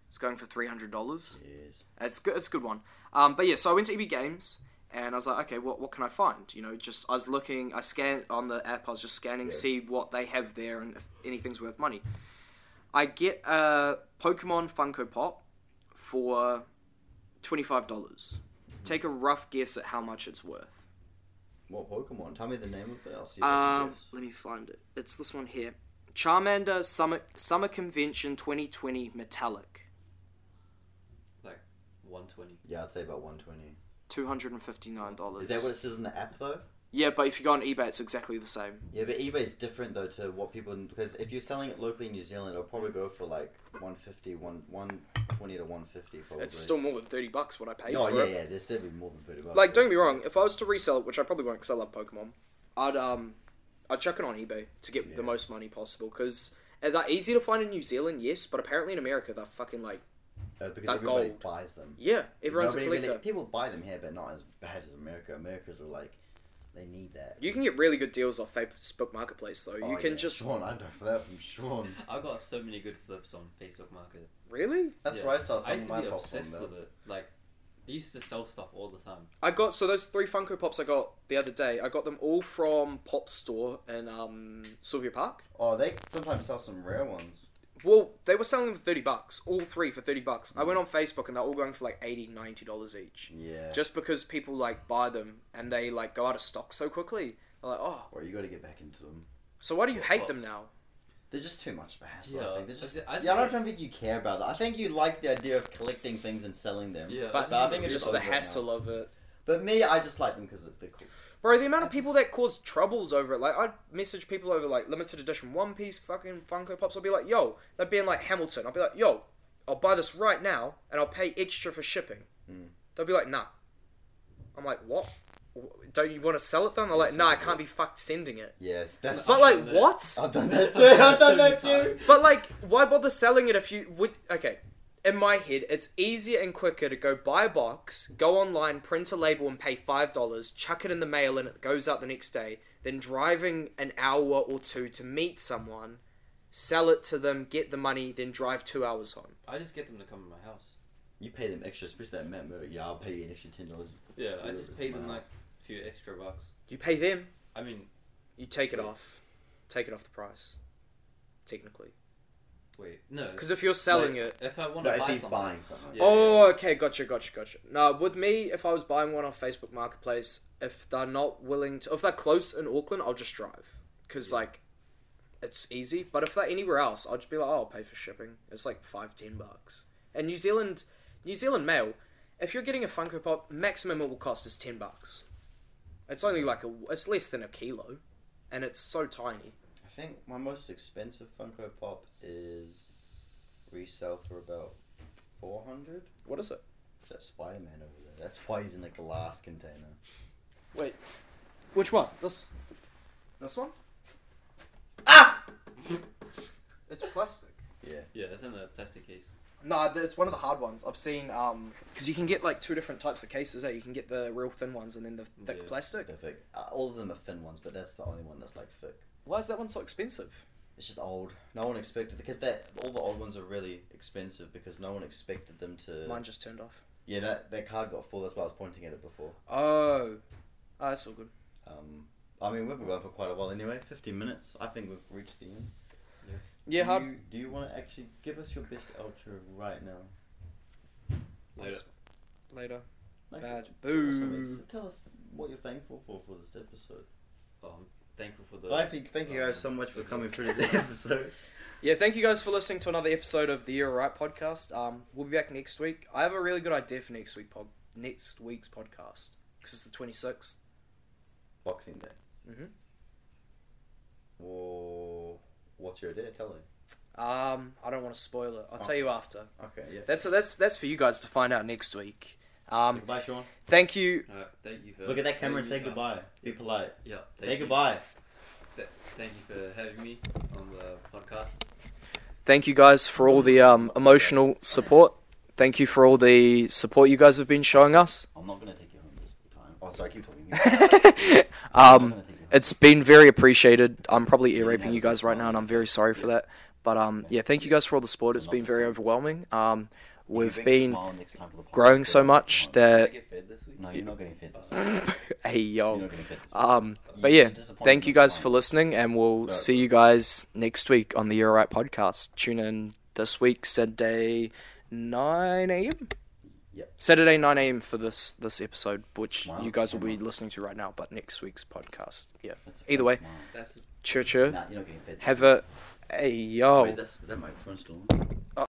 Speaker 3: It's going for three hundred dollars.
Speaker 2: Yes.
Speaker 3: It's good. It's a good one. Um, but yeah, so I went to EB Games and I was like, okay, what what can I find? You know, just I was looking. I scanned on the app. I was just scanning,
Speaker 2: Yeah.
Speaker 3: see what they have there and if anything's worth money. I get a Pokemon Funko Pop for twenty five dollars. Take a rough guess at how much it's worth.
Speaker 2: What Pokemon? Tell me the name of it. I'll see. if I can
Speaker 3: Um,
Speaker 2: guess.
Speaker 3: let me find it. It's this one here. Charmander Summer Summer Convention 2020 Metallic,
Speaker 1: like one twenty.
Speaker 2: Yeah, I'd say about 120.
Speaker 3: two hundred and fifty nine dollars.
Speaker 2: Is that what it says in the app though?
Speaker 3: Yeah, but if you go on eBay, it's exactly the same.
Speaker 2: Yeah, but eBay is different though to what people because if you're selling it locally in New Zealand, it'll probably go for like 150, one, 120 to 150 probably.
Speaker 3: It's still more than thirty bucks what I paid
Speaker 2: Oh
Speaker 3: for
Speaker 2: yeah,
Speaker 3: it.
Speaker 2: yeah. There's still be more than 30 bucks.
Speaker 3: Like, don't get me wrong. If I was to resell it, which I probably won't, because I love Pokemon, I'd um, I'd chuck it on eBay to get
Speaker 2: Yeah.
Speaker 3: the most money possible. Because they're easy to find in New Zealand, yes, but apparently in America they're fucking like
Speaker 2: Uh, because
Speaker 3: That
Speaker 2: everybody
Speaker 3: gold.
Speaker 2: buys them.
Speaker 3: yeah, everyone's a
Speaker 2: Nobody really-
Speaker 3: collector.
Speaker 2: people buy them here, but not as bad as America. Americans are like, they need that.
Speaker 3: You can get really good deals off Facebook Marketplace though.
Speaker 2: Oh,
Speaker 3: you can
Speaker 2: yeah,
Speaker 3: just
Speaker 2: Sean. I know for that from Sean.
Speaker 1: I got so many good flips on Facebook Market.
Speaker 3: really.
Speaker 2: That's
Speaker 1: Yeah.
Speaker 2: where I saw some
Speaker 1: I used to
Speaker 2: of my
Speaker 1: be
Speaker 2: pops on
Speaker 1: obsessed
Speaker 2: though.
Speaker 1: with it. Like, I used to sell stuff all the time.
Speaker 3: I got so those three Funko Pops I got the other day. I got them all from Pop Store in um, Sylvia Park.
Speaker 2: Oh, they sometimes sell some rare ones.
Speaker 3: Well, they were selling them for thirty bucks, all three for thirty bucks. I went on Facebook and they're all going for like 80 90 dollars each,
Speaker 2: Yeah.
Speaker 3: just because people like buy them and they like go out of stock so quickly. They're like, oh,
Speaker 2: Or you got to get back into them.
Speaker 3: so why do you
Speaker 1: Pop
Speaker 3: hate them
Speaker 1: Pops.
Speaker 3: now?
Speaker 2: They're just too much of a hassle. I
Speaker 1: Yeah,
Speaker 2: think. They're
Speaker 1: I
Speaker 2: just,
Speaker 1: ju- I
Speaker 2: yeah, I
Speaker 1: just-
Speaker 2: don't think you care about that. I think you like the idea of collecting things and selling them.
Speaker 1: Yeah,
Speaker 3: But
Speaker 1: that's
Speaker 2: So I
Speaker 1: what
Speaker 2: think
Speaker 1: it
Speaker 2: it's
Speaker 1: is.
Speaker 2: just
Speaker 3: just the
Speaker 2: over it now.
Speaker 3: hassle of it,
Speaker 2: But me, I just like them because they're cool.
Speaker 3: bro. The amount
Speaker 1: I
Speaker 3: of people
Speaker 1: just-
Speaker 3: that cause troubles over it, like I'd message people over like limited edition One Piece fucking Funko Pops. I'd be like, yo, they'd be in like Hamilton. I'd be like, yo, I'll buy this right now and I'll pay extra for shipping.
Speaker 2: Mm.
Speaker 3: They'll be like, nah. I'm like, what? W- Don't you want to sell it then? They're like,
Speaker 2: Yeah,
Speaker 3: nah, I
Speaker 2: send it.
Speaker 3: can't be fucked sending it.
Speaker 2: Yes, that's.
Speaker 3: But like,
Speaker 1: send it.
Speaker 3: what?
Speaker 2: I've done that too. I've done that too.
Speaker 3: But like, why bother selling it if you would? Okay, in my head, it's easier and quicker to go buy a box, go online, print a label, and pay five dollars, chuck it in the mail, and it goes out the next day, than driving an hour or two to meet someone, sell it to them, get the money, then drive two hours home.
Speaker 1: I just get them to come to my house.
Speaker 2: You pay them extra, especially that Matt Murdock. Yeah, I'll pay you an extra ten dollars.
Speaker 1: Yeah, I
Speaker 2: Dude,
Speaker 1: just pay them
Speaker 2: wow.
Speaker 1: like a few extra bucks.
Speaker 3: You pay them,
Speaker 1: I mean,
Speaker 3: you take it off, take it off the price, technically.
Speaker 1: wait, no.
Speaker 3: Because if you're selling
Speaker 2: No,
Speaker 3: it,
Speaker 1: If I want
Speaker 2: No,
Speaker 1: to
Speaker 2: if
Speaker 1: buy
Speaker 2: he's
Speaker 1: something,
Speaker 2: buying something.
Speaker 1: Yeah.
Speaker 3: Oh, okay, gotcha, gotcha, gotcha. No, with me, if I was buying one off Facebook Marketplace, if they're not willing to, if they're close in Auckland, I'll just drive because
Speaker 2: Yeah.
Speaker 3: like it's easy. But if they're anywhere else, I'll just be like, oh, I'll pay for shipping. It's like five, ten bucks. And New Zealand, New Zealand mail, if you're getting a Funko Pop, maximum it will cost is ten bucks. It's only like a, it's less than a kilo, and it's so tiny.
Speaker 1: Oh.
Speaker 2: I think my most expensive Funko Pop is resell for about four hundred.
Speaker 3: What is it?
Speaker 2: That Spider Man over there. That's why he's in a glass container.
Speaker 3: Wait, which one? This, this one?
Speaker 2: Ah!
Speaker 3: It's plastic.
Speaker 2: Yeah.
Speaker 1: Yeah, it's in the plastic case.
Speaker 3: No, th- it's one of the hard ones. I've seen um because you can get like two different types of cases. Eh? You can get the real thin ones and then the thick
Speaker 1: Yeah.
Speaker 3: plastic.
Speaker 2: They're thick. Uh, all of them are thin ones, but that's the only one that's like thick.
Speaker 3: Why is that one so expensive?
Speaker 2: It's just old. No one expected because that all the old ones are really expensive because no one expected them to.
Speaker 3: Mine just turned off.
Speaker 2: Yeah, that that card got full. That's why I was pointing at it before.
Speaker 3: Oh, oh that's all good.
Speaker 2: Um, I mean, we've been going for quite a while anyway. Fifteen minutes. I think we've reached the end.
Speaker 3: Yeah,
Speaker 2: do
Speaker 3: hard.
Speaker 2: You, do you want to actually give us your best outro right now?
Speaker 1: Later.
Speaker 3: Later.
Speaker 2: Like,
Speaker 3: Bad.
Speaker 2: tell us something.
Speaker 3: Boo.
Speaker 2: S- Tell us what you're thankful for for this episode.
Speaker 1: Oh, I'm thankful for the.
Speaker 2: Well, I think, thank you guys so much for coming through the episode.
Speaker 3: Yeah, thank you guys for listening to another episode of the Year Right podcast. Um, we'll be back next week. I have a really good idea for next week pod, next week's podcast because it's the twenty sixth.
Speaker 2: Boxing Day.
Speaker 3: Mm-hmm.
Speaker 2: Or what's your idea? Tell me.
Speaker 3: Um, I don't want to spoil it. I'll
Speaker 2: Oh.
Speaker 3: tell you after.
Speaker 2: Okay, yeah.
Speaker 3: That's that's that's for you guys to find out next week.
Speaker 2: Um,
Speaker 3: Um,
Speaker 2: goodbye, Sean.
Speaker 3: thank you.
Speaker 1: Alright, thank you for.
Speaker 2: Look at that camera and say
Speaker 1: thank you for-
Speaker 2: goodbye. Be polite.
Speaker 1: Yeah. thank
Speaker 2: Say
Speaker 1: you.
Speaker 2: goodbye.
Speaker 1: Th- thank you for having me on the podcast.
Speaker 3: Thank you guys for all the um, emotional support. Thank you for all the support you guys have been showing us.
Speaker 2: I'm not going to take you home this time. Oh, sorry, I keep talking. I'm not
Speaker 3: um,
Speaker 2: gonna take you home.
Speaker 3: it's been very appreciated. I'm probably ear raping you guys right now, and I'm very sorry for that. But um, yeah, thank you guys for all the support. It's been very overwhelming. Um, we've
Speaker 2: You're being
Speaker 3: been
Speaker 2: small next time for the podcast.
Speaker 3: growing so
Speaker 2: Don't
Speaker 3: much
Speaker 2: come on.
Speaker 1: Did I
Speaker 3: that
Speaker 1: get fed this week?
Speaker 2: No, you're not getting fit this week.
Speaker 3: hey
Speaker 2: You're
Speaker 3: yo.
Speaker 2: not getting fit this week.
Speaker 3: Um,
Speaker 2: You-
Speaker 3: but yeah,
Speaker 2: you disappointed
Speaker 3: thank you
Speaker 2: next
Speaker 3: guys
Speaker 2: time.
Speaker 3: for listening, and we'll
Speaker 2: But-
Speaker 3: see you guys next week on the You're Right podcast. Tune in this week, Saturday, nine a.m.
Speaker 2: Yep.
Speaker 3: Saturday nine a.m. for this this episode, which
Speaker 2: Wow,
Speaker 3: you guys will
Speaker 2: okay.
Speaker 3: be listening to right now. But next week's podcast, yeah.
Speaker 2: That's a
Speaker 3: Either
Speaker 2: fucking
Speaker 3: way,
Speaker 2: smile.
Speaker 1: That's
Speaker 3: Church,
Speaker 2: Nah, you're not getting fit. this
Speaker 3: have oh.
Speaker 2: week.
Speaker 3: a hey yo.
Speaker 2: Wait, is, that, is that microphone still on?